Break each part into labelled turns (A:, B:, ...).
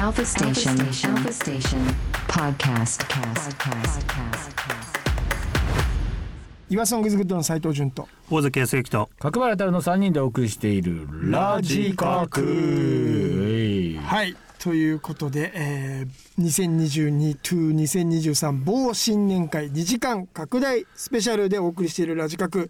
A: Alpha Station. Alpha Station. Podcast. Podcast.
B: 岩ソングズグッドの斉藤潤と
C: 大関康之と
D: 角原太郎の3人でお送りしている「ラジカク」えい
B: はいということで、えー、2022 to 2023某新年会2時間拡大スペシャルでお送りしているラジカク、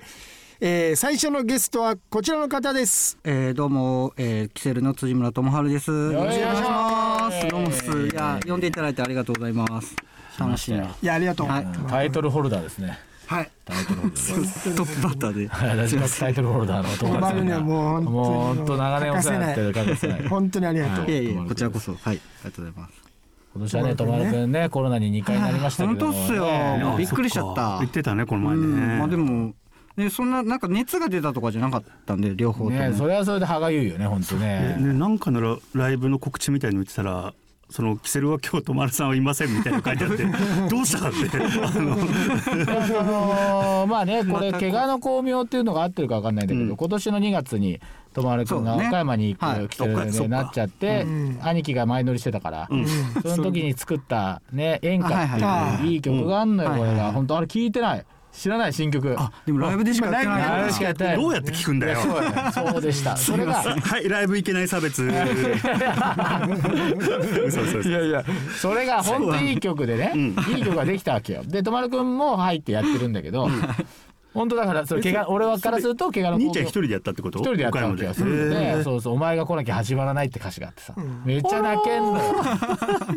B: えー、最初のゲストはこちらの方です
E: えー、どうも、えー、キセルの辻村智春です。よろしくお願いします。どうもす。いや、呼んでいただいてありがとうございます。楽しいな。
B: いやありがとう、は
E: はいい、
D: タイトルホルダーですね
B: はい、
D: タイトルホルダー
E: トップバッターで。
D: はいラジカクタイトルホルダーの
B: こ
D: 友
B: の番
D: 達
B: 組はもう
D: もう
B: 本当に
D: 本当長年お世話になってる方ですね
B: 本当にありがとう、
E: いえいえ、こちらこそ、はい、ありがとうございます。
D: 今年はね友丸くんねコロナに2回なりましたけ
E: 本当
D: ども
E: っすよ。もうびっくりしちゃった。
C: 言ってたねこの
E: う
C: 前ね
E: ん、まあ、でも、ね、そんな、なんか熱が出たとかじゃなかったんで、両方とも。
D: ねそれはそれで歯がゆいよね本当
C: ね
D: ね
C: ねなんかのラライブの告知みたいの言ってたらそのキセルは今日とまるさんはいませんみたいなの書いてあって どうしたってあの
D: でもそのまあ ねこれ怪我の巧妙っていうのが合ってるか分かんないんだけど今年の2月に友丸くんが
E: そうね
D: 岡山に行
E: は
D: く
E: い
D: キセル
C: そっ
D: で
C: か
D: なっちゃって
B: うん
D: 兄貴が前乗りしてたからその時に作ったね演歌っていう
E: あ
B: はいはい
D: いい曲があんのよ
E: うん
D: これ
E: はいはい
D: が
E: はい
D: 本当あれ聞いてない知らない新曲
E: あ、でもライブでしかやってない
D: あれしかやってない
C: どうやって聞くんだよ
D: いやそうやそう でしたそれが
C: はいライブ行けない差 別 嘘嘘嘘
D: いやいやそれが本当にいい曲でね、いい曲ができたわけよでとまるくんも入ってやってるんだけど本当だからそれ怪我俺はからすると怪我の
C: 兄ちゃん一
D: 一
C: 人でやったってこと
D: 人でやったわけよそれ
C: 岡山
D: で
C: で
D: そうそう「お前が来なきゃ始まらない」って歌詞があってさめっちゃ泣けんのよ
C: え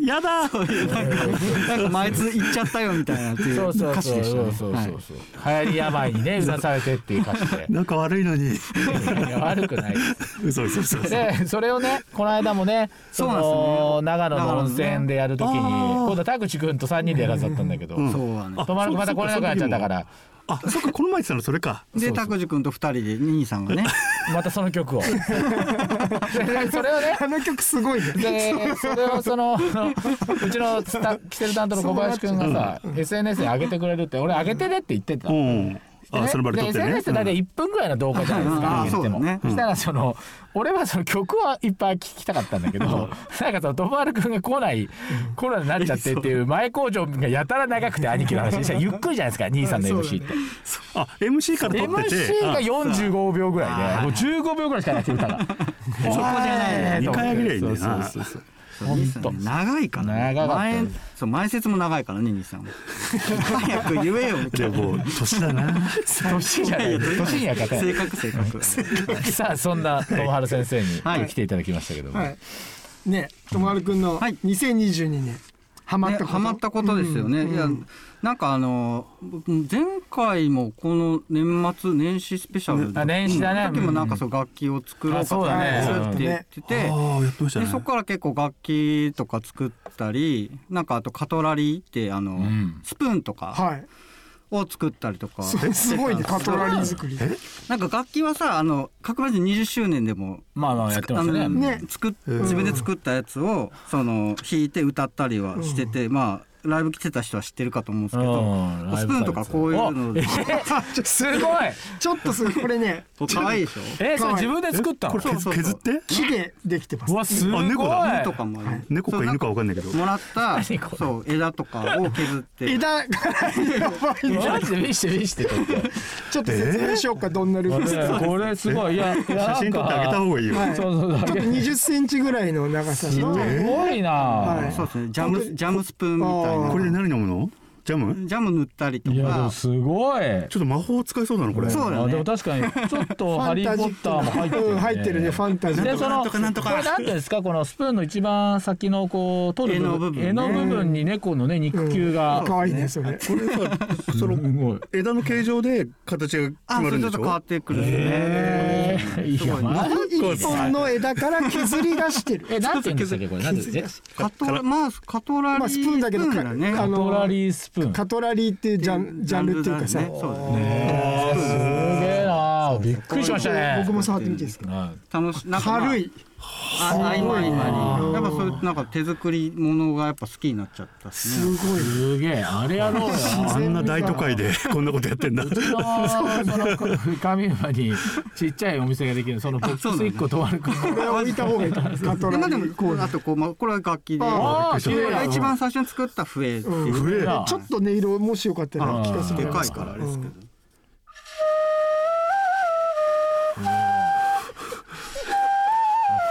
C: ーやだ
E: なんか、前つ行っちゃったよみたいなってい
D: そううそう
E: 歌詞
D: そう
E: でし
D: そう
E: た
D: そ
E: ね。はい
D: うそ
E: う
D: そう流行り病にねうなされてっていう歌詞で
C: なんか悪いのに
D: いや悪くないです
C: 嘘嘘嘘嘘
D: でそれをねこの間もね
E: そ
D: そう
E: なんですね
D: の長野の温泉でやるときに
C: 長野ねあー
D: 今度田口くんと3人でやらさったんだけど
C: ん
E: そうはね。
D: 泊まる子また来れなくなっちゃったから
C: あそっかこの前言ってたのそれか
E: で、拓司君と二人で、兄さんがね。
D: またその 曲をそれでそれを ね
B: あの曲すごいね
D: でそれをその うちのスタキセル担当の小林くんがさ SNS に上げてくれるって俺上げてねって言ってた
C: う。ん
D: で
C: あその場で撮って
D: で
C: ね
D: SNS って大体1分ぐらいの動画じゃないですか
E: うん
D: 言っても
E: そうだね
D: そしたらその俺はその曲はいっぱい聴きたかったんだけどなんかその徳丸くんが来ないコロナになっちゃってっていう前工場がやたら長くて兄貴の話にしたらゆっくりじゃないで すか兄さんの MC って。
C: あ MC から撮ってて
D: MC が
C: あ
D: 45秒ぐらいでもう15秒ぐらいしかないって歌がそこじゃない
C: ね二回上げりゃいいんだよな
D: そうそうそう
E: そう兄さんね長いからね
D: 長かった
E: 前そう前説も長いからね兄さんも 早く言えよみた
C: で
E: いな
C: もう年だな
D: 年じゃない年には勝て
E: 正確正確
D: ないさあそんな友春先生に今
E: はい
D: 日来ていただきましたけども、
B: はいねともはるくんの
E: はい
B: 2022年ハマっ
E: ね
B: たこと、
E: ハマったことですよね、いやなんかあの僕前回もこの年末年始スペシャル
D: あ年始だね
E: うん時もなんかそう楽器を作ろうか
D: あそうだね
E: 作ろうって言ってて、
C: ああやってました
E: で
C: ね
E: そこから結構楽器とか作ったりなんかあとカトラリーってあの、
D: ん
E: スプーンとか
B: はい
E: を作ったりとか
B: そうすごいねカトラリー作り
E: なんか楽器はさあの角ラジ20周年でも
D: まあまあやってましたね
E: あの
B: ね
E: 作っ自分で作ったやつをその弾いて歌ったりはしてて、まあライブ来てた人は知ってるかと思うんですけ
D: うん
E: どスプーンとかこういうので
D: お すごい
B: ちょっとすごいこれね
E: 可愛いでしょ
D: えそれ自分で作った
C: こ
D: の
C: れ削
E: そうそう
C: 削って
B: 木でできてます
D: うわすご
C: あ
D: い
C: 猫だ
E: とかもある
C: 猫か犬かわかんないけど
E: そうもらった
D: 何これ
E: そう枝とかを削って
B: 枝がやばい ね
D: マジで見して見してちょっ
B: ちょっと説明しようかどんなルールですか
D: とこれすごいいや写
C: 写真撮ってあげた方がいいよ
B: はい
D: そうそうそう
B: 20センチぐらいの長さの
D: すごいな、
B: はい
E: そうですねジャムジャムスプーンみたい
B: あー
C: これ
E: な
C: で何飲むのジャム
E: ジャム塗ったりと
D: い、やでも
E: か
D: すごい
C: ちょっと魔法使いそうなのこれ
E: そうだね
D: あでも確かにちょっと「
B: フ
D: ハ
B: ァ
D: リ
B: ン
D: ー・
B: タジ
D: ポ
B: ッ
D: ッ
B: ク
D: ター」も入っ
B: な
D: てる、
B: うん入ってるねファンタジ
D: で
B: ー
D: そ
C: なん
D: の
C: とかなんとか
D: これなんていうんですかこのスプーンの一番先のこう取る
E: 柄
D: 柄
E: の
D: の
E: 部分ね
D: 部分に猫のね肉球が、
B: 可愛いねそれ
C: これさその
D: すごい
C: 枝の形状で形が決
E: あ
C: ま
E: それ
C: るん
E: ちょっ
C: でし
E: と変わ
C: ょ
E: ってくるんですね、
D: えーいやまあ
B: 一本の枝から削り出してる
D: えなんて言うんでしたっけこれなんて言うんですか
E: カトラまあカトラリー、
B: まあスプーンだけど
E: スプーンね
B: か
D: カ
B: あの
D: トラリースプーン
B: カトラリーっていうジャンジャンルっていうかさ
E: ジャンルだねそうですね
D: えーすげえなびっくりしましたね
B: 僕も触ってみていいですか
D: は
E: 楽しなんかまあ
B: 軽い
E: あ合間合間にやっぱそういうなんか手作りものがやっぱ好きになっちゃったし
B: す
E: ね
B: ごい
D: すげえあれやろうよ
C: あんな大都会でこんなことやって んだ。
D: あのその上馬にちっちゃいお店ができるそのボックス
E: そうなんだ
D: 1個とわるくん
B: これは置いた方がいいと思いますカトラ
E: でまあ
B: リ
E: で
B: ー工
E: も
B: 具
E: あとこうまあこれは楽器で
D: あー
E: これが
D: 綺麗
E: 一番最初に作った笛っていう
C: 増え
B: ちょっと音色もしよかったら聞かせて
E: で
B: もらえま
E: かい
B: す
E: からですけど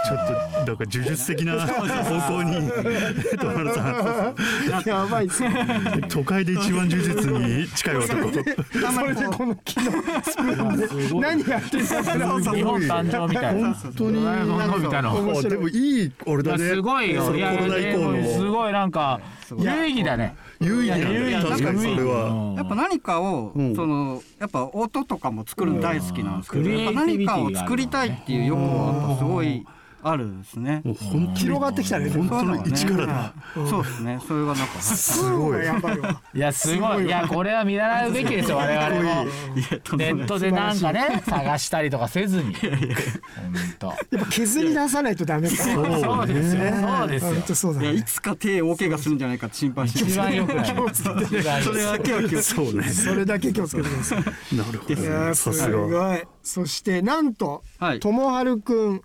C: ちょっとなんか呪術的な方向に トマルさ
B: やばいですね
C: ん都会で一番呪術に近い男
E: あんまりこう
B: この木のスプ
D: す
B: ーンで
D: ごい
B: 何やってるの
D: 日本誕生みたいな
C: 本当に
D: みたいな
B: 面白い
C: でもいい俺
D: い
C: だ
D: や
C: ね
D: すごい
C: そ
D: よ
C: の
D: い
C: コ
D: や
C: ロナ以降
D: いやす
C: の
D: ごいなんか有意義だね
C: 有意義なんだ
D: 有意義
C: 確かにそれは
E: やっぱ何かを、そのやっぱ音とかも作るの大好きなんですけど、
D: うん
E: やっぱ何かを作りたいっていう欲望はやっぱすごいあるんですね。
C: もう本当に
B: 広がってきたね
C: 本当の一からだ
E: そうですね。それがなんかはい
B: すごいやばいわ
D: いやすごいいやこれは見習うべき ですよ我々もネットでなんかね探したりとかせずに本
B: やっぱ削り出さないとダメか
D: 当そうですよそうですよ
B: 本当そうだ
E: いや
B: ね
E: いつか手を大怪我するんじゃないかって心配して
D: 一番良くない一番
E: それだけは気 をつけて
C: そうね
B: それだけ気をつけてください
C: なるほ
B: いや
C: ど
B: ー
C: さ
B: す
C: すが
B: ごいそしてなんと
E: はい
B: ともはるくん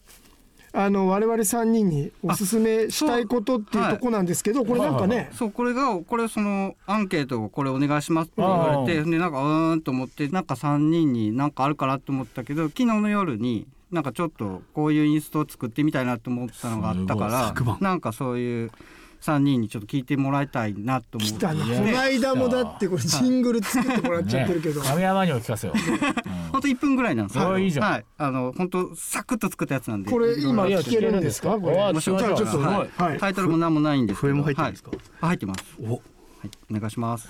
B: あの我々3人におすすめしたいことっていうとこなんですけどこれなんかね
E: そうこれがこれそのアンケートをこれお願いしますって言われてでなんかうーんと思ってなんか3人になんかあるかなと思ったけど昨日の夜になんかちょっとこういうインストを作ってみたいなと思ったのがあったか
C: すごい昨晩
E: らなんかそういう3人にちょっと聞いてもらいたいなと思っ
B: 来
E: て
B: たなこ
D: いや
B: の間もだってこれジングル作ってもらっちゃってるけど
D: 神山にも聞かせよ
E: 本当1分ぐらいなんです
D: おーいいじゃん
E: はい、あの本当サクッと作ったやつなんで
B: これ今聞けるんですかこれ
D: ちょっとすごい
B: はい
E: タイトルも何もないんですけど
C: 笛も入ってるんですか
E: はいあ入ってます
C: お
E: はいお願いします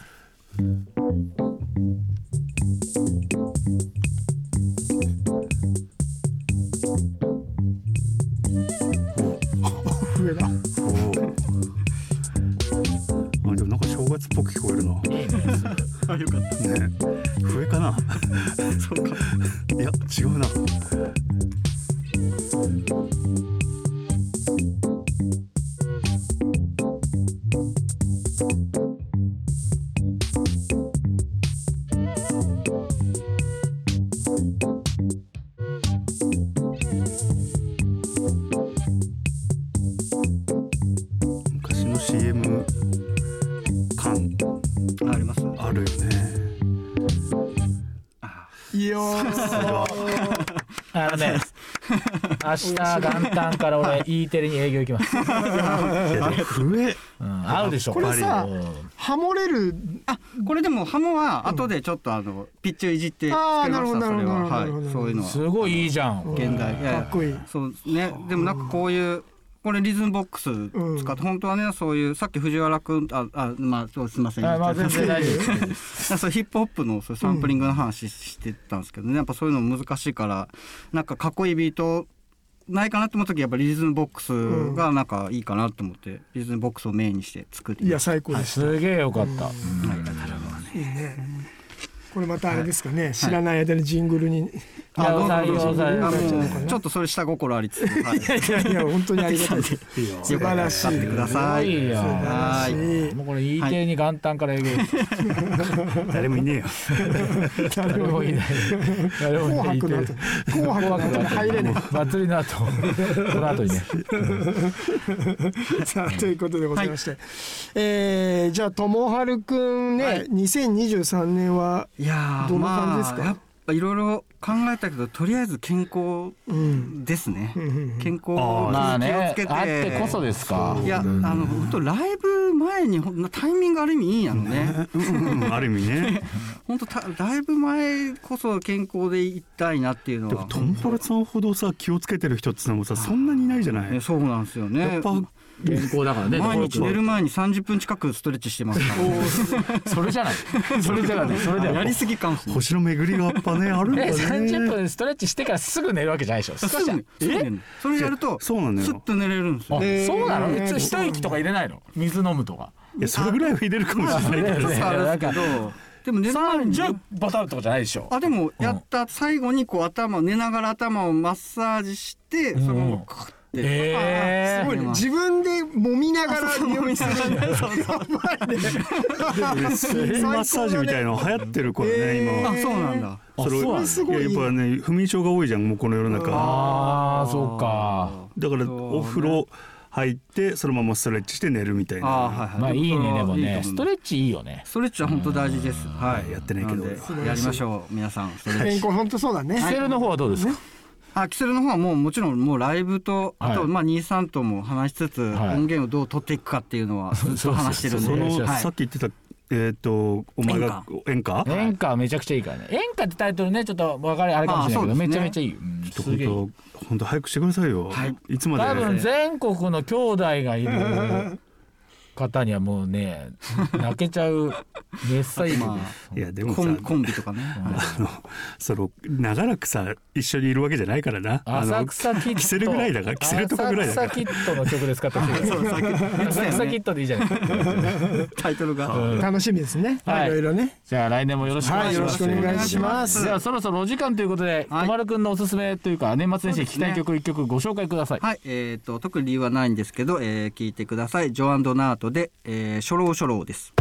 B: 上だ
C: おあでもなんか正月っぽく聞こえるな
E: あよかっ
C: ね笛かなそうかいや違うな昔の CM 感
E: たあります
C: あるよね
B: いやー
D: あのね明日元旦から俺 E テレに営業行きます
C: 笛
D: うん合うでしょ
B: これさ
D: うん
B: ハモれる
E: これでもハモは後でちょっとあのピッチをいじって作りました
B: あーな
E: そ
B: るほど
E: れは
B: な
E: は
B: るほど
E: いそういうのは
D: すごいいいじゃん
E: 現代やや
B: かっこいい
E: そうですねでもなんかこういうこれリズムボックス使って、本当はねそういうさっき藤原君ああまあそうすいません
D: あまあ全然大丈夫です
E: なんかそうヒップホップのそういうサンプリングの話してたんですけどね、やっぱそういうの難しいからなんかかっこいいビートないかなと思った時やっぱリズムボックスがなんかいいかなと思って、リズムボックスをメインにして作って
B: いや最高です
D: すげえよかった
B: いいねこれまたあれですかね知らない間にジングルに
E: あどうぞ
D: 採用
E: どうぞ
D: 採用
E: あ
B: 採用
E: もうちょっとそれ下心ありつつ、はい、
B: いや本当にありがたいです素晴らしい
E: 使ってください。
D: いいよ
E: はーい
D: もうこれ E テレに元旦から営業行く
C: 誰もいねえよ
D: 誰もいない誰も
B: 紅
D: いない E
B: 白
D: テ
B: の
D: レ
B: 後紅白の
D: 紅
B: 後
D: 白
B: に
D: の後
B: 入れない
D: 祭りの後この後にね
B: さあということでございまして、えーじゃあともはるくんね、
E: はい
B: 2023年はい
E: やー
B: どんな感じですか
E: まあ、やっぱいろいろ考えたけどとりあえず健康ですね、健康を
D: まあ
E: 気を
D: ね
E: つけて,、
D: あってこそですか
E: いやあの本当ライブ前にほんタイミングある意味いいなのね
C: うんある意味ね
E: 本当たライブ前こそ健康でいたいなっていうの
C: でも
E: は
C: トンボルさんほどさ気をつけてる人ってのもさそんなにいないじゃない
E: ね
C: や
E: そうなんですよね
C: っぱ
D: 健康だからね
E: 毎日寝る前に30分近くストレッチしてますからね、
D: それじゃないそれじゃないそれじゃな
E: や
D: い
E: りすぎかもしれない
C: 星の巡りがやっ ぱねあるんだね
D: え30分ストレッチしてからすぐ寝るわけじゃないでしょ少
E: す
D: し
E: ぐ
D: は
E: にすぐ寝るのそれやると
C: そうなのよ
E: スッと寝れるんですよ
D: あ
B: えー
D: そうなの
B: えー
D: 普通一息とか入れないの水飲むとか
C: いやそれぐらいは入れるかもしれないけど
E: ちょっとあれですけどでも寝る前に
D: 30バターとかじゃないでしょ
E: あでもやった最後にこう頭を寝ながら頭をマッサージしてそのままカッて、
D: え
B: ながら匂いする
E: そうそうそう
C: スマッサージみたいなの流行ってるからね、
B: えー
C: 今
E: あそうなんだ
C: それ
D: そうなんだ
B: すごい
C: ややっぱね不眠症が多いじゃんもうこの世の中
D: ああそうか
C: だから
E: そうね
C: お風呂入ってそのままストレッチして寝るみたいな
E: あーはいはい
D: まあいいねでもねス
E: ス
D: ト
E: ト
D: レ
E: レ
D: ッチいいよね
E: ストレッチは本当大事ですはい
C: やってないけど
E: んで
C: 素晴
B: らしい
E: やりましょう皆さんストレッチ
B: 健康本当そうだね
D: キセルの方はどうですか
E: あキセルの方はもうもちろんもうライブと、
D: はい
E: あとまあ兄さんとも話しつつ、
D: はい
E: 音源をどう取っていくかっていうのはずっと
D: そうそうそう
E: 話してるんで
C: その、
E: はい
C: さっき言ってたえっ、とお前が演歌
D: 演歌はめちゃくちゃいいからね演歌ってタイトルねちょっと分かりあれかもしれないけど、
E: あそうです
D: め
E: ね
D: ちゃめちゃいい、うん、
C: ちょっと
D: すげえ
C: 本当本当早くしてくださいよ、
E: はい
C: い、つまで
D: 多分全国の兄弟がいる方にはもうね泣けちゃう熱さ今、
E: ま
C: いやで
E: あ
C: もさ
E: コンコンビとかね、はい
C: あのその長らくさ一緒にいるわけじゃないからなあの
D: 浅草キッド
C: キセルぐらいだからキセルとかぐらいだから
D: 浅草キッドの曲ですかって
E: そうさっき言ってた
D: 浅
E: よ
D: 草キ
E: ね
D: ッドでいいじゃないですか
E: タイトルが
B: 楽しみですね、
D: はい
B: い、ろいろね
D: じゃあ来年もよろしくお
B: は
D: 願
B: い
D: いし
B: よ
D: ま
B: ろし
D: す、
B: くお願いします
D: ではそろそろお時間ということで
E: はい
D: 小丸くんのおすすめというか年末年始聴きたい曲一曲ご紹介ください、
E: はいえー、と特に理由はないんですけど、えー、聞いてくださいジョアンドナートで「えー、初老初老」です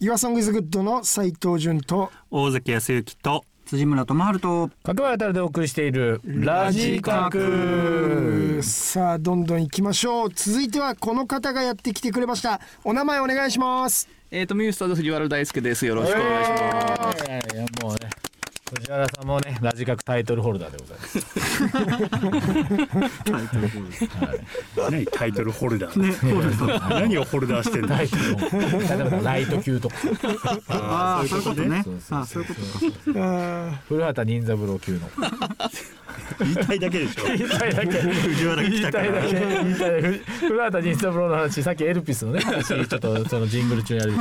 B: 岩ソングイズグッドの斉藤潤と
C: 大関康之と
E: 辻村智春と
D: 角原たるでお送りしているラジカク
B: さあどんどん行きましょう続いてはこの方がやってきてくれましたお名前お願いします
F: えっ、とミュースターズ藤原大輔です。よろしくお願いします。
D: いやいやもうね藤原さんもねラジカクタイトルホルダーでございます
C: 何タイトルホルダー、何をホルダーしてんだ
D: タイトル 例えばライト級とか
E: ああーそういうことねあーそういうこと
D: 古畑任三郎 級の
C: 言いたいだけでしょ
D: 言いたいだけ
C: 藤原
D: 言
C: 来
D: い
C: たか
D: たいだ
C: ら
D: け言いたいだけ古畑任三郎の話さっきエルピスのね話ちょっとそのジングル中にやる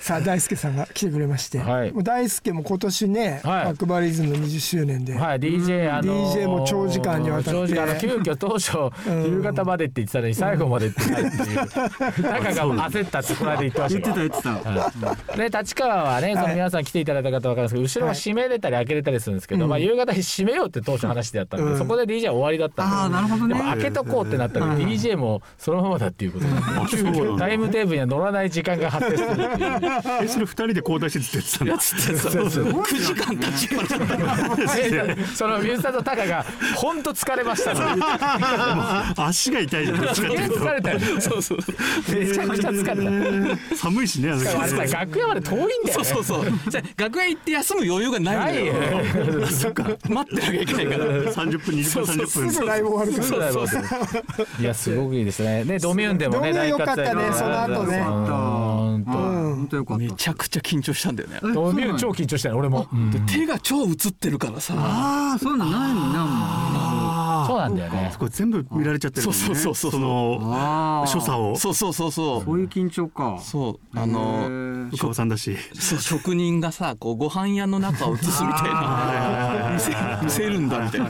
B: さあ大輔さんが来てくれまして、
D: はい
B: もう大輔も今年ね、
D: はい
B: アクバリズムの20周年で、
D: はい DJ あの
B: DJ も長時間にわたって
D: 長時間あの急遽当初夕方までって言ってたのに最後までって言ってないっていう中が焦ったってこの間言ってましたけ
E: 言って
D: ど
E: た言ってた
D: で立川はねその皆さん来ていただいた方わかるんですけど後ろは閉めれたり開けれたりするんですけど、まあ、夕方に閉めようって当初話でやったんで、
B: うん
D: そこで DJ は終わりだった
E: ああ
D: んで
E: なるほど
D: で
E: ね
D: も開けとこうってなったら DJ もそのままだっていうことで
C: そうなんだ
D: タイムテーブルには乗らない時間が発生するっていう
C: えそれ二人で交代してって言ってたんだ
F: 9時間経ちました。
D: でそのミュースターとタカが「ほんと疲れました」って
C: 足が痛いじゃないですかって言
D: 言っ
C: うと
D: て疲れたよね
F: そうそう。
D: めちゃくちゃ疲れ
C: 寒いしねあの
D: たあれさ楽屋まで遠いんだ
F: そ
D: よ
F: う
D: ね
F: そうそう。じゃあ学園行って休む余裕がな
D: ないい
F: んだ
D: よ
F: よ。待ってなきゃいけないから。
C: 30分20分30
B: す
C: 分
B: ぐライブ終わるから
D: そうだよ いやすごくいいですねでドミュンでも
B: ドミュ
D: ね
B: ン
D: 大
B: 良
D: 活
B: かったね
D: 躍
B: その後ね
D: うん本当
E: 本当よかった
F: めちゃくちゃ緊張したんだよね。
E: え
D: ド
E: そう
D: ミ
E: なん
D: ュ
E: や
D: ン超緊張したよ俺も、
F: で手が超映ってるからさ。
E: ああそうなんないのになもう
D: そうなんだよね
C: そこ全部見られちゃってるもんね
F: そうそうそうそう
C: その
E: ああ
C: 所作を
F: そうそうそうそ
E: こういう緊張か
F: う。そうあ
E: へ
F: の
E: ー
C: 浮川さんだし
F: そう職人がさこうご飯屋の中を映すみたいな見せ見せるんだみたいな。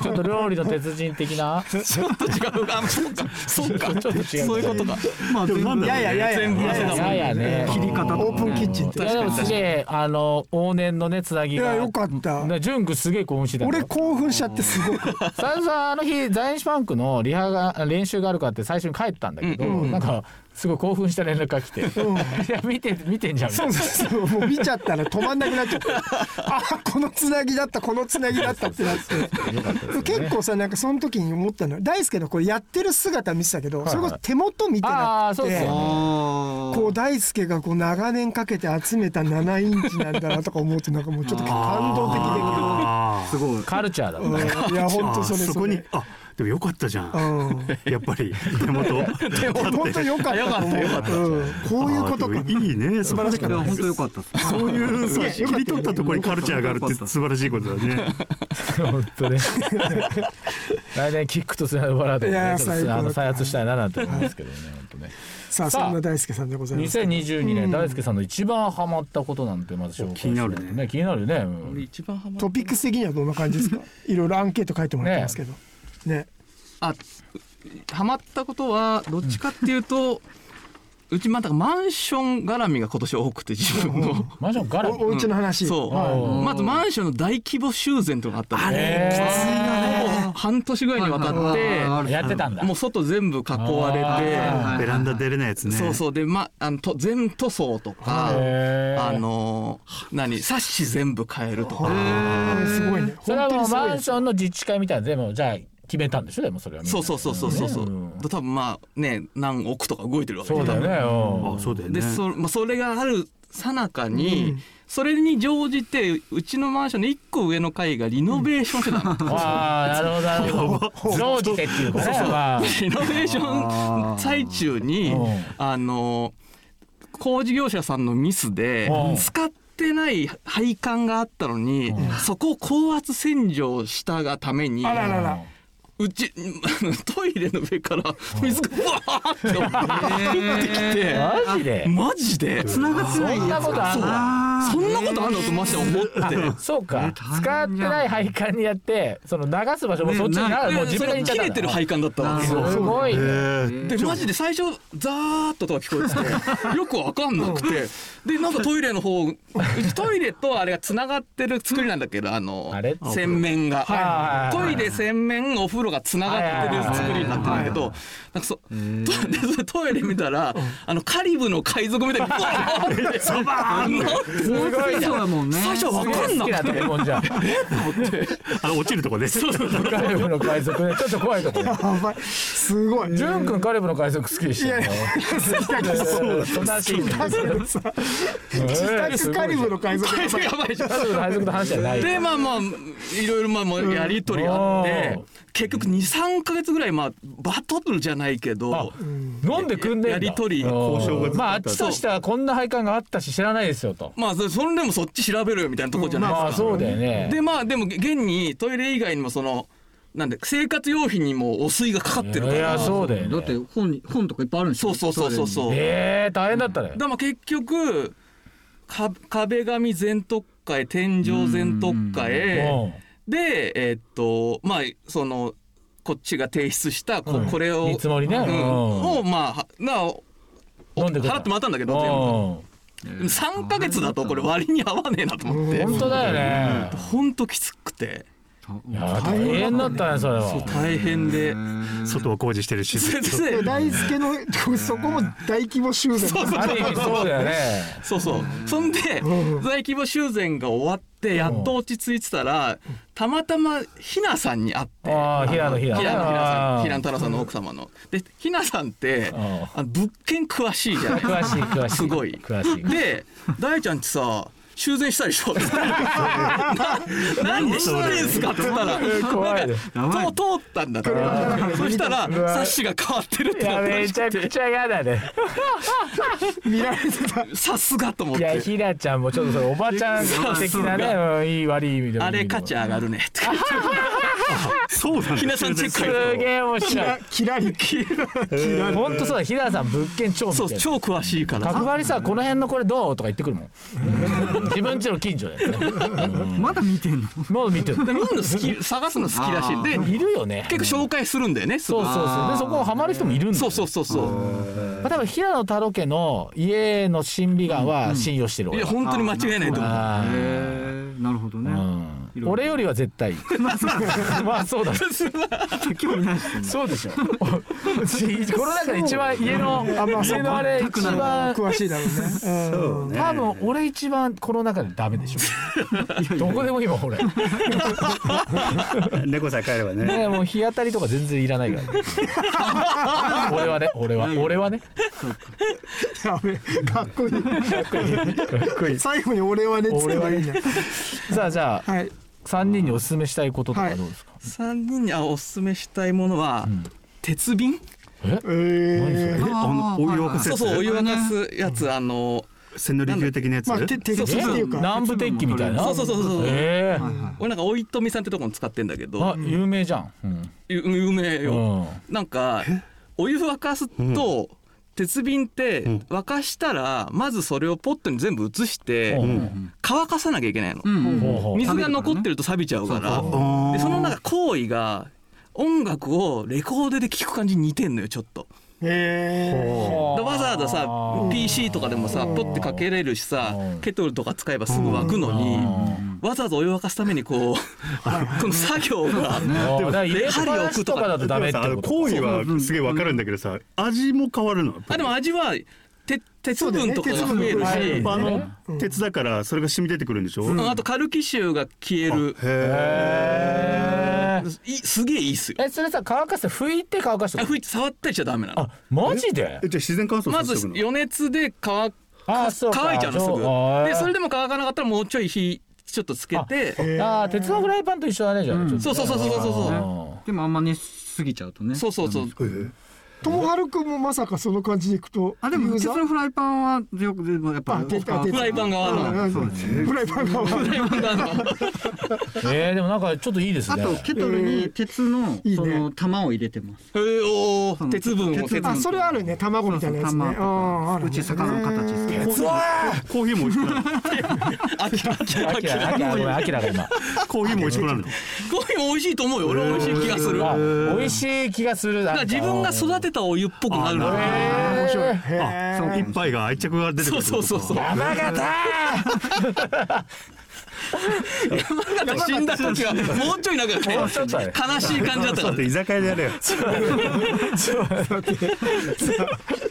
D: ちょっと料理の鉄人的なち
F: ちょっと違うか。あそうかそう か。
D: ょっと違う
F: そういうことか。
E: まあ
C: でも
E: 全
C: なん
E: 部
C: だろうね
B: やや
F: 全部汗だもん
D: ややね
B: 切り方オープンキッチンっ
D: い
B: て
D: やでもすげえあの往年のねつなぎが
B: いやよかった
D: ねジュン君すげえ興奮してた
B: 俺興奮しちゃってすごく
D: さゆさんあの日在日パンクのリハが練習があるからって最初に帰ったんだけど、なんかすごい興奮した連絡が来て「いや見て見てんじゃん」みた
B: そう
D: いな
B: そうそうもう見ちゃったら止まんなくなっちゃったあこのつなぎだったこのつなぎだったってな って結構さなんかその時に思ったの大輔のこれやってる姿見てたけど
D: いはい
B: それこそ手元見て
D: あ
B: な
D: あ
B: く
D: そうです
B: て
D: よね
B: こう大輔がこう長年かけて集めた7インチなんだなとか思うとなんかもうちょっと感動的で。
C: あ
E: すごい
D: カルチャーだもんね
B: うんいや本当
C: あ
B: それ
C: そこにあでもよかったじゃ
B: うんん
C: やっぱり手元手
B: 本当良かったと思ううんこういうことか
C: あでもいいね素晴らし
E: い
C: か
E: や本当よ
C: っ
E: かったです
C: たそういうそう切り取ったところにカルチャーがあるっ
E: よ
C: て
E: かった
C: 素晴らしいことだね
D: 本当ね来年キックとスライドバラードを
B: いや
D: ね
B: ー
D: ちょっ
B: 最
D: と
B: 高
D: あの再発したいななんて思いますけどね本当ね
B: さあ
D: さあ
B: そんな大輔さんでございます
D: 2022年大輔さんの一番ハマったことなんてまず紹介し
C: 気になるね
D: ね気になるよね、うん
F: 俺一番ハマ
B: トピックス的にはどんな感じですかいろいろアンケート書いてもらってますけどね
F: あハマったことはどっちかっていうと、うちまだマンション絡みが今年多くて自分の。
D: マンションガラ
B: おお家の話
F: そう、
D: はい
F: まずマンションの大規模修繕とかあったの
D: えー
F: も半年ぐらいにわたっ
E: はいはい
F: て
E: あ
D: やってたんだ
F: もう外全部囲わ
D: あ
F: れ
E: ー
C: ベランダ出れないやつ
F: て
C: ね
F: そうそうで、ま、あのと全塗装とか
D: へー
F: あの何サッシ全部変えるとか
B: あーすごいね
D: それ
B: 本
D: は
B: 当
D: も
B: に
D: う
B: すごい
D: マ
B: で
D: ン
B: す
D: ションの自治会みたいなのでもじゃあ決めたんでしょでもそれはみんな
F: そうそうそうそうそうそう、多分まあね何億とか動いてるわけ
D: そうだよね
C: あそうだよね
F: でそ,、まあ、それがあるさなかに、
B: うん
F: それに乗じてうちのマンションの1個上の階がリノベーションしてたの、
D: うんああなるほどなる ほど常時てっていうかねまあ
F: リノベーション最中に
D: うん
F: あの工事業者さんのミスで
D: うん
F: 使ってない配管があったのにそこを高圧洗浄したがために
B: あららら
F: うちあのトイレの上から水がう わーって降ってきて
D: マジで
F: マジ で
E: 繋がってない
D: そんな
E: やつ
D: ことあんだ
F: そんなことあんのとマジで思って。
D: そうか使ってない配管にやってその流す場所も
E: ね
D: そっちに
E: な
D: 流もう自
F: そ
D: 分が
F: れ
D: 行っちゃ
F: 切れ
D: ったんだ
F: てる配管だったわけ
D: すごいね
F: でマジで最初ザーッととか聞こえててよくわかんなく てでなんかトイレの方うちトイレとあれがつながってる作りなんだけどあの
D: あれ
F: 洗面が、
D: はいはいはい
F: トイレ洗面お風呂がつながってる作りになってるんだけどなんかそトでそのトイレ見たらあのカリブの海賊 みたいにバーってサバーンって
E: すごいそうだもんね
F: 最初わかん
D: 好
F: な
D: き
F: く
D: な食べ物じゃん
C: あの落ちるとこねそうそう
D: カリブの海賊ねちょっと怖いとこね
B: やばいすごい
D: ジュン君カリブの海賊好きでし
B: い
D: た
B: やいや
D: よ
B: 好きだけど
D: そんなシーン
B: だけどさ
D: えーす
B: 自
D: ごい
B: 宅カリ ブの海賊
F: てやばいじゃん
D: カリブの海賊の話じゃないよ
F: でまあまあいろいろまあまあやり取りあって
D: うん
F: 結局23か月ぐらいまあバトルじゃないけ
D: あ
F: ど
D: 飲んでくんねんだ
F: やり取り交渉がずっとあった
D: まああっちとしてはこんな配管があったし知らないですよと
F: まあそそれでもそっち調べろよみたいなとこじゃない
D: まあ
F: ですか。
D: そうだよね
F: でまあでも現にトイレ以外にもそのなんで生活用品にも汚水がかかってるか
D: いや
F: ら。
D: そうだよ
E: だ
D: ね
E: って本に本とかいっぱいあるんでし
F: そ
E: ょ
F: うそうそうそうそう。だか
D: ええ大変だったね
F: らまあ結局か壁紙全特化へ天井全特化へ。でえーっとまあそのこっちが提出したこ,、
D: うん
F: これを
D: 見積もりね
F: うん
D: うん
F: をまあはなお
D: 飲んでくれた
F: 払ってもらったんだけ
D: うん
F: ど全部3か月だとこれ割に合わねえなと思って
D: 本当だよね
F: ほんときつくて
D: いや大変だったねそれ
F: そう
D: は
F: 大変で
C: 外を工事 してるし
F: 先生
B: 大輔のそこも大規模修
F: そう
B: 繕
F: そう
D: ある意味そうだよね
F: そうそうそんで大規模修繕が終わってやっと落ち着いてたらたまたまひなさんに会って
D: ああ平野平野
F: 平野平野さん平野
D: 野
F: 太郎さんの奥様の。でひなさんって
D: うん
F: あの物件詳しいじゃないですか
D: 詳しい詳しい
F: すごい
D: 詳しい
F: で大ちゃんってさ修繕したでしょ ななんでしたんすかって言ったら
D: 怖いね
F: なんかと通ったんだってそしたらサ
D: うわ
F: ッシが変わってるっ
D: い
F: てな
D: や
F: ったら
D: め
F: し
D: ちゃ
F: く
D: く
F: て
D: ちゃ嫌だね
B: 見られてた
F: さすがと思っ
D: いや
F: て
D: ひなちゃんもちょっとそれおばちゃん的なねうんいい悪い意味でも
F: あれ価値上がるねって
C: そうなんだ
F: ひなさんチェック
D: すげえ面白い
B: キラリ
D: 本当そうだ、ひなさん物件超みた
F: そ
D: いうな。
F: 超詳しいから
D: 角張りさ、この辺のこれどうとか言ってくるもん。 自分家の近所で、ね。
E: まだ見てんの
D: もう見てる。
F: でみんな好き探すの好きらしいで
D: いるよね。
F: 結構紹介するんだよねす
D: そ
F: ぐ
D: うそうそう。で、そこハマる人もいるんだよ。
F: そうそうそうそう
D: まあ、多分平野太郎家の家の審美眼は信用してる
F: い
D: 俺
F: や
D: は。
F: 本当に間違いないと思う
D: あー
E: えなるほどね
D: うん俺よりは絶 対いい まあそうだ
E: 興味ないですね
D: そうでしょこの中で一番家の
B: あまあそう
D: 家のあれ一番
B: 詳しいだろうね
D: 多分俺一番この中でダメでしょどこでも今俺
C: 猫さえ帰ればね
D: ねもう日当たりとか全然い らないからね俺はね俺は俺はね
B: うんやべえかっこいい最後に俺はねつけばいいじゃん
D: さあじゃあ
B: はい
D: 3人におすすめしたいこととかどうですか、
F: 三人にあおすすめしたいものは、鉄瓶
B: えー
C: えあのお湯沸かせ
F: そ
C: る
F: うそうお湯沸かすやつ、あの
C: 千利休的なやつ
B: まあ手手書きっていうか
D: 南部鉄器みたいな
F: そうそうそうそう
D: ええ
F: 俺なんかおいとみさんってとこに使ってんだけど
D: あ有名じゃん、うん
F: ゆ有名よ、なんかお湯沸かすと、鉄瓶って
C: ん
F: 沸かしたらまずそれをポットに全部移して、
D: うん
F: 乾かさなきゃいけないの、
D: ほうほう
F: 水が残ってると錆びちゃうからでそのなんか行為が音楽をレコードで聴く感じに似てんのよちょっと
B: え
F: だからわざわざさ PC とかでもさポッてかけれるしさケトルとか使えばすぐ沸くのにわざわざお湯沸かすためにこうこの作業が
D: あーだから
F: で
D: 入
F: も
D: れっぱなしとかだとダメって
C: あ
D: こ
C: の
D: と
C: 行為はすげえわかるんだけどさ、味も変わるの。
F: あでも味はて鉄分とかが
B: そうだよ
F: 増
B: ね
F: え
B: 鉄
C: やっ
F: るし、
B: 分
C: ぱあ
B: が
C: の鉄だからそれが染み出てくるんでしょ。
F: うんあとカルキ臭が消える
D: へー
F: いすげえいいっすよ
D: えそれさ乾かす拭いて乾かす
F: あ
D: とか
F: 拭いて触ったりしちゃダメなの
D: あマジで
C: えじゃあ自然乾燥
F: ま
C: させ
F: ず
C: ておくの。
F: 余熱で乾く
D: あそうか
F: 乾いちゃうのす
D: そうあ
F: ぐ
D: ー
F: でそれでも乾かなかったらもうちょい火ちょっとつけて
D: あー鉄のフライパンと一緒だねじゃあねちょっと
F: そう
D: ね
F: そうそうそうそう
D: あ
E: でもあんま熱しすぎちゃうとね
F: そうそうそう
C: へえ
B: ともはるくんもまさかその感じでいくと
E: あで
B: ユ
E: も
B: ー
E: 鉄
B: ザー
E: のフライパンはよくでもやっぱ
B: あ鉄あ
F: フライパン側の
B: あそうですねフライパンが
F: フライパン側の
D: ーえーでもなんかちょっといいです
E: あ
D: ね
E: とケトルに鉄の
B: いいね
E: その玉を入れてます
F: えーおー鉄分を鉄分
B: あそれあるね卵みたいなやつね
E: そうそ
B: あ
E: う
B: ーあるね
E: うち魚の形好き
B: ね
C: コーヒーも美味しくなる。
F: あきらき
D: ア
F: ら
D: キラアキラごめんアキラが今
C: コーヒーも美味しくなるの。
F: コーヒーも美味しいと思うよ俺も美味しい気がするだ
D: あ
F: か
D: 美味しい気がするだ
F: ら自分が育てたお湯っぽくなるの
D: えー
B: 面白い
C: あ
B: へ
C: その一杯が愛着が出てくる
F: そう
C: って
F: そ
C: ことか
F: うそうそう
D: 山形
F: 山形死んだ時はもうちょいなんかね
D: もうちょっとだね
F: 悲しい感じだった
C: だ
F: か
C: っ
F: ら
C: て居酒屋でや れよ。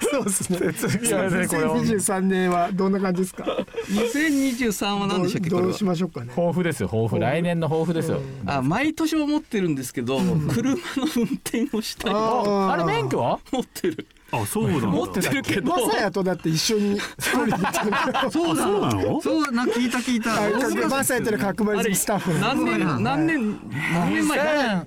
B: そうですね
D: いやねこれ
B: 2023年はどんな感じですか
F: 2023は何でしたっけ
B: ど
F: こ
B: うど
F: れ
B: う
F: は
B: しましょうかね
D: 豊富ですよ豊富来年の豊富ですよ
F: あ毎年思ってるんですけど車の運転をしたい
B: あー
D: あれ免許は
F: 持ってる
C: あそうなんだ。
F: 持ってるけど
B: まさやとだって一緒に取りに行ったんだよ
C: あそうなの？
E: そうなんか聞いた聞いた
B: まさやというのは角張り好きスタッフ
F: 何年何年何年前
D: 2000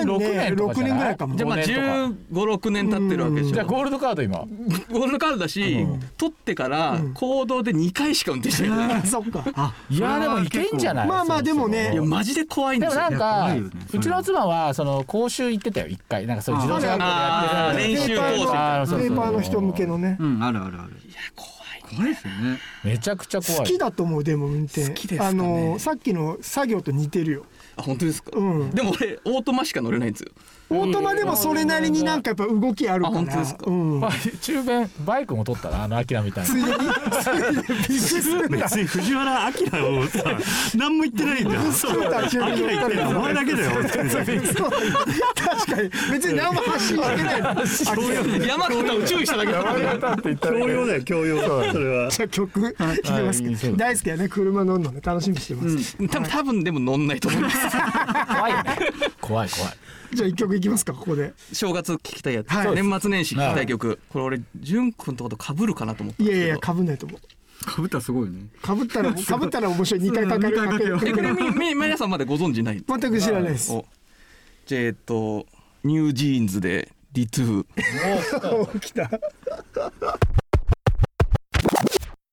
B: 2006
D: 2006年とかじゃ
B: 年ぐらいかも
F: じゃあまあ
D: 5年とか
F: 1516年経ってるわけでしょ
D: じゃあゴールドカード今
F: ゴールドカードだし、取ってから行動で2回しか運転してない、
B: そっか
D: いやでもいけんじゃない
B: まあまあでもね
F: いやマジで怖いん
D: で
F: で
D: も
F: すよ
D: なん
E: いや怖
D: か、
E: いよね
D: うちの妻はその講習行ってたよ一回なんかそういう自動車学校でや
F: あ
D: っ
F: ー
D: てる
F: 練習講習みたい
D: あ
F: な
B: ペ
D: ーそうそう
B: ーパーの人向けのね
E: うんあるあるある
F: 怖い
E: 怖いですよね
D: めちゃくちゃ怖い
B: 好きだと思うでも運転
F: 好きですか
B: あ
F: ね
B: のさっきの作業と似てるよ
F: あ本当ですか、
B: うん
F: でも俺オートマしか乗れないんですよ
B: オートマでもそれなりになんかやっぱ動きあるから
F: あ本当ですか
B: うん
D: まあ 中便バイクも取ったなあのアキラみたいな
B: ついでについでにびっくりす るんだ
C: 別に藤原明をさ何も言ってないん だよ。そう明言ってるのお前だけだよ。
B: そう確かに別に何も発信してない
F: 山形を注意しただけだから
C: 教養だよ教養。それは。
B: じゃあ曲聴きますけど大好きやね車乗るのね楽しみにしてます
F: 多分多分でも乗んないと思います
D: 怖い よね怖い怖い
B: じゃあ一曲いきますかここで
F: 正月聞きたいやつ、
B: はい
F: 年末年始聞きたい曲、これ俺淳君とかとかぶるかなと思ったん
B: い
F: です
B: やい
F: け
B: や
F: ど
B: かぶんないと思う
E: かぶったらすごいね
B: かぶった らかぶったら面白い2回かかる
E: うん二回かける
F: えこれみみ皆さんまでご存知ない
B: 全く知らないです
F: おじゃあえっとニュージーンズでディトゥ
B: 起きた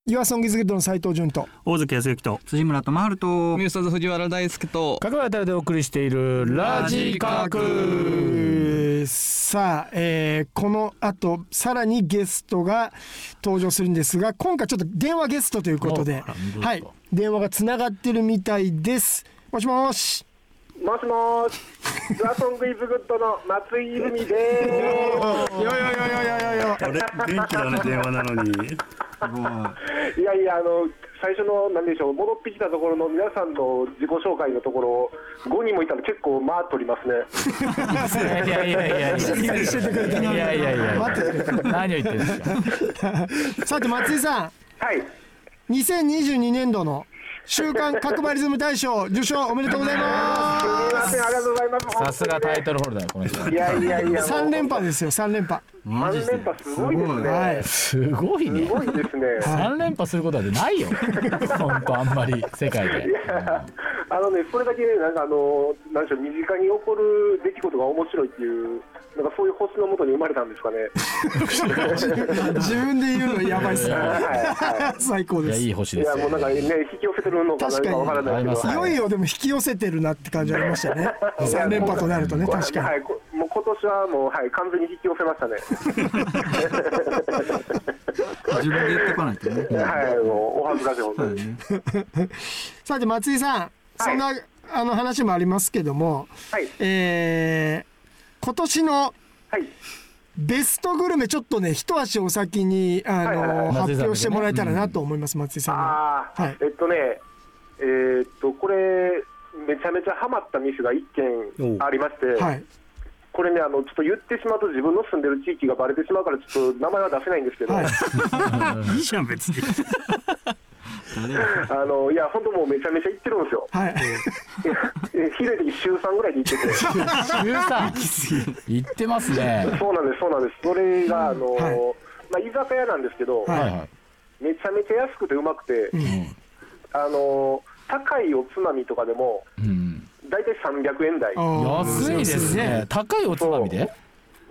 B: Your Song is Good の斉藤潤と
C: 大関康之と。
E: 辻村とマルと
F: ミュースターズ藤原大輔と
D: 角川渡でお送りしているラジカク
B: えーさあ、えーこの後さらにゲストが登場するんですが今回ちょっと電話ゲストということで、はい、電話がつながってるみたいですもしもし
G: もしもーし、ザ・ソング・イズ・グッドの松井泉で
B: いやいやいやいやいやいや
C: あれ元気だね電話なのに。
G: ーす。いやいや、あの、最初の、なんでしょう、戻ってきたところの皆さんの自己紹介のところ、5人もいたら結構、まあ、取りますね。
D: いやいやいやい やいやいやいやいや
B: 待って
D: 何を言ってるんですか
B: さて松井さ
G: はい。
B: ん2022年度の週刊角張リズム大賞受賞おめでとうございます
G: すみません、ありがとうございます。
D: さすがタイトルホルダーこの人
G: いやいやいや、
B: 3連覇ですよ3連覇
E: マジ
G: 3連覇すごいですね。
B: はい
D: すごいね
G: すごいですね。
D: 三連覇することはな いよ本当あんまり世界で
G: あのね、それだけね、なんかあの、なんでしょう、身近に起こる出来事が面白いっていう、なんかそういう星のもとに生まれたんですかね。
B: 自分で言うのやばいっすね
G: は
B: 最高
D: い
B: で
D: や
B: す
D: いい星
G: い。い
D: です
G: や、
D: よ
G: もうなんかね、引き寄せてるのか何かわからないけ
D: 確か
G: ど
D: に。
B: いよいよでも引き寄せてるなって感じありましたね3連覇となるとね確か
G: は
B: に
G: い、こもう今年はもう、はい、完全に引き寄せました ね。
E: 自分で言ってこないとね
G: はい、もうお恥ずかしい本当に。
B: さて松井さんそんなあの話もありますけども
G: はい、
B: えー今年の
G: はい、
B: ベストグルメちょっとね一足お先にあ
G: はいはいは
B: の
D: い
B: 発表してもらえたらなと思います松井さんの
G: ああ、
B: はい
G: えっとね、ええーっとこれ、めちゃめちゃハマったミスが1件ありまして、
B: はい
G: これねあの、ちょっと言ってしまうと、自分の住んでる地域がバレてしまうから、ちょっと名前は出せないんですけど、
B: はい
C: いいじゃん別に
G: あのいや、本当もうめちゃめちゃ行ってるんで すよ、
B: は
G: い
B: い
G: やえひどい時週3ぐらいで行ってて、そ
D: 週三行ってますね。
G: うなんです、そうなんです、それが、あの
B: はい
G: まあ、居酒屋なんですけど、
B: はい
D: はいはい。
G: めちゃめちゃ安くてうまくて、あの高いおつまみとかでも、
D: うん。
G: 大体300円台。
B: あー
D: 安いですね。高いおつまみで。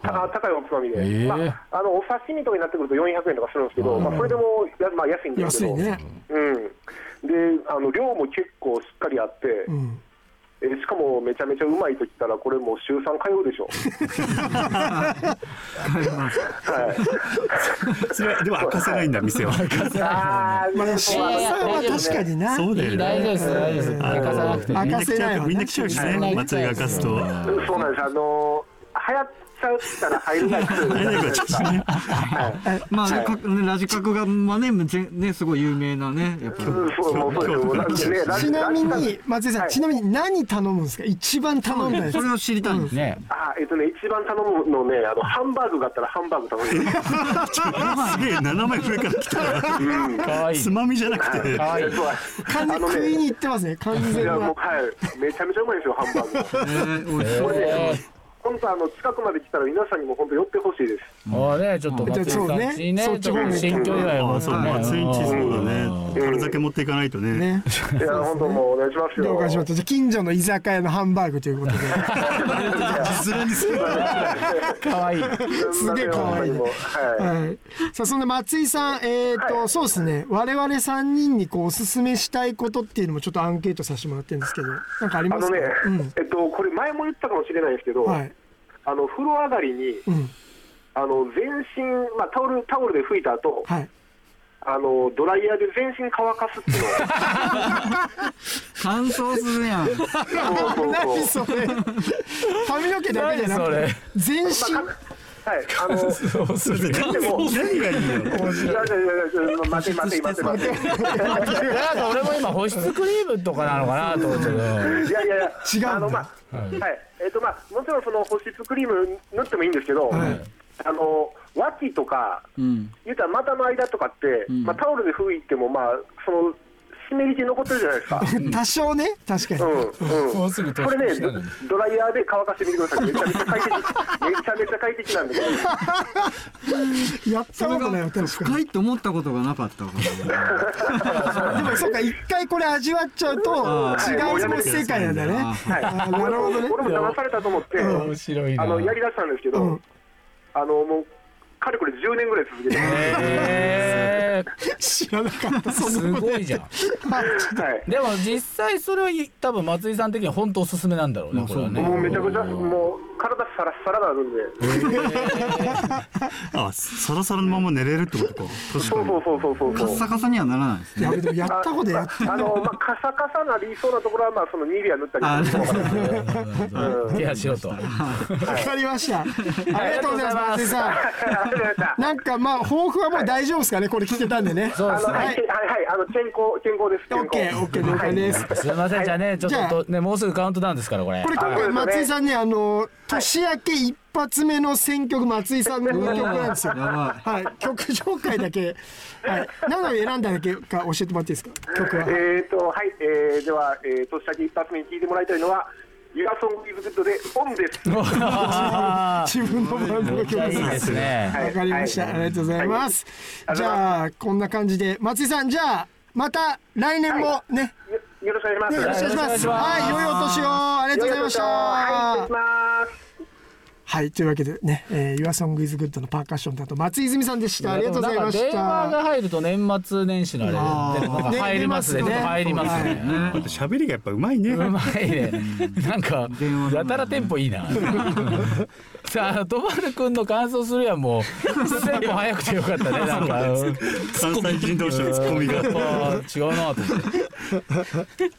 G: あ高いおつまみで、
D: ええ
G: まあ、あのお刺身とかになってくると400円とかするんですけど、
D: はい
G: まあ、それでもや、まあ、安いんです
B: 安
G: け
B: い
G: ど、
B: ね、
G: うん、であの量も結構しっかりあって、
B: うん、
G: えしかもめちゃめちゃうまいと言ったら、これもう週3通うでしょ。はい、
C: それはでも明かせないんだ店は
G: あー
B: まあ週
G: そ
B: 3
G: うなんですよ
B: は確かにな
C: そうだよ
D: 大
C: ね
D: 丈夫です大丈夫です。明
C: あの
D: かさなくて
B: 明
D: ね。
B: かせないわね
C: みんな来ちゃうし
D: そんな
C: ね
D: 行っ
C: 松
D: ち
C: 井
D: ゃ
C: が
D: う
C: 明かすと
D: よ
G: そうなんです、あの流行っちゃったら入れ ないっていう
C: あれだからちょっとね
E: まあ、かラジカクが、まあね、むぜね、すごい有名なね、やっぱ。
G: うんそうもうそうですよなんでねラジ
B: ちなみ
G: ラジ
B: に松井さん、
G: はい
B: ちなみに何頼むんですか一番頼んだやつ
E: それを知りたいんです。
D: ね。
G: あえっとね、一番頼むのね、あのハンバーグがあったらハンバーグ頼む。
C: すげえ斜め上から来たら
D: 可愛い
C: つ。まみじゃなくて
D: 可愛い。
B: 完全に食いに行ってますね完
G: い
B: 全
G: や
B: な
G: もうはい、めちゃめちゃうまいですよ、ハンバーグ。
E: えー、美味し
D: え
E: そう。
D: ー
G: 本当あの近くまで来たら皆さんにも本当寄ってほしいです。
D: もうね、ちょっと松井さんちね、
B: そうね
D: ちょっと新居祝い
C: あ
D: を
C: あそう松井んちそうだね
G: うん
C: 春酒持っていかないとね
B: ね
G: いや本当もうお願いしますよ。
B: 了解しましたじゃあ近所の居酒屋のハンバーグということで
C: 実面にする
D: 可愛い。
B: すげえ可愛い
G: 本当にもうは
B: はい、さあそんな松井さんえっ、と、
G: はい
B: そうですね我々3人にこうおすすめしたいことっていうのもちょっとアンケートさせてもらってるんですけどなんかあり
G: い。あ
B: ま
G: の
B: すか
G: ね、
B: うん
G: えっとこれ前も言ったかもしれないですけど、
B: はい
G: あの風呂上がりに
B: うん
G: あの全身まあタオルタオルで拭いた後、
B: はい
G: あのドライヤーで全身乾かすっていうの
E: 乾燥するやん。
G: をそうそうそ
B: 何
G: う。
B: それ髪の毛だけじゃなく
D: 何
B: て全身
G: はい、あの、
D: そうする。
G: でも、い
C: 何がいいの
G: やいやいやいや待て待て待て待 て。
D: なんか俺も今保湿クリームとかなのかなと思ってたけど。
G: いやいやいや、
B: 違うんだ
G: あの、まあ、はい、えっ、と、まあ、もちろん、その保湿クリーム塗ってもいいんですけど。あの、脇とか、
E: うん。
G: 言うたら、股の間とかって、
E: ん
G: まあ、タオルで拭いても、まあ、その。湿り気残ってるじゃないですか。
B: 多少ね 確かに、
G: うん、うん。
D: もうすぐ
G: これね、ドドライヤーで乾かしてみてください。めちゃめちゃ快適。めちゃめちゃ快適なんで。
B: やった
E: そ
B: こ
E: れ
B: とない
E: が
B: わ確か
E: 深
B: に
E: いと思ったことがなかったから。
B: でもそうか一回これ味わっちゃうと違うその世界なんだね
G: はい、
B: あなるほどね
G: 俺も騙されたと思って、
D: 面白いな。
G: あの、やりだしたんですけど。
B: うん
G: あの、もう、かれこれ10年ぐらい続けてます。
D: えー
B: 知らなかったそ
D: す
B: んなこと
D: ごいじゃん。
G: はい。
D: でも実際それは多分松井さん的には本当おすすめなんだろうね。これは
G: もう
D: ね。
G: めちゃくちゃ、もう体サラッサラなるんで、
C: あサラサラのまま寝れるってことか確
G: そ
C: か
G: う
C: に
G: そうそうそうそう
E: カ
G: そ
E: ッ
G: う。
E: サカサにはならないですね。
B: やべでもやったことやって
G: あのまあカサカサなりそうなところはまあそのニビア塗ったり
E: あ、
G: とか、うん、
D: ケアしろと。
B: わかりました。ありがとうございます、
D: あ
B: 松井
D: り
B: さん。
G: ありがとうございました。
B: なんかまあ抱負はもう大丈夫ですかね、これ聞けたんでね。
D: そう
G: あ
D: です
G: の
D: ね。
G: はいはいはいあの健康健康です健
B: オッケー、
G: 康。
B: オッケー、了解です。
D: すみませんじゃあねちょ
B: じゃ
D: っ
B: あ
D: とねもうすぐカウントダウンですからこれ
B: こ。れ今回松井さんね、あの年明け一発目の選曲、松井さんの
E: や
B: 名曲なん ですよ。
E: ば
B: はい、曲紹介だけ、はい、何を選んだだけか教えてもらっていいですか、曲は。
G: えっ、ー、とはい、えー、では、えー、年明け一発目に聞いてもらいたいのは。ユアソングイズグッドでオンです。
D: あ
B: 自分のバンドの曲
D: ーいい
B: で。
D: ですすね。
G: はい
B: わかりました、
G: はい
B: ありがとうございます。じゃあこんな感じで松井さん、じゃあまた来年もね。
G: よよろしくお願いします。
B: よろしくお願いします。
D: は
B: はい、良いお年を。ありがとうございました。
G: はい、失礼します。
B: はい、というわけでね、えー、Your Song is Good のパーカッションだと松井泉さんでした。ありがとうございまし
D: 電話が
B: た。
D: 入ると年末年始のあれでなんか入りますね。ちょっと入りますね。
C: あと喋りがやっぱうまいね
D: うまいね。なんかやたらテンポいいな。さああのとばるくんの感想するやんもうテンポ早くてよかったねなんか。
C: 関西人同士のツッコミが
D: やっぱ違うなと思って。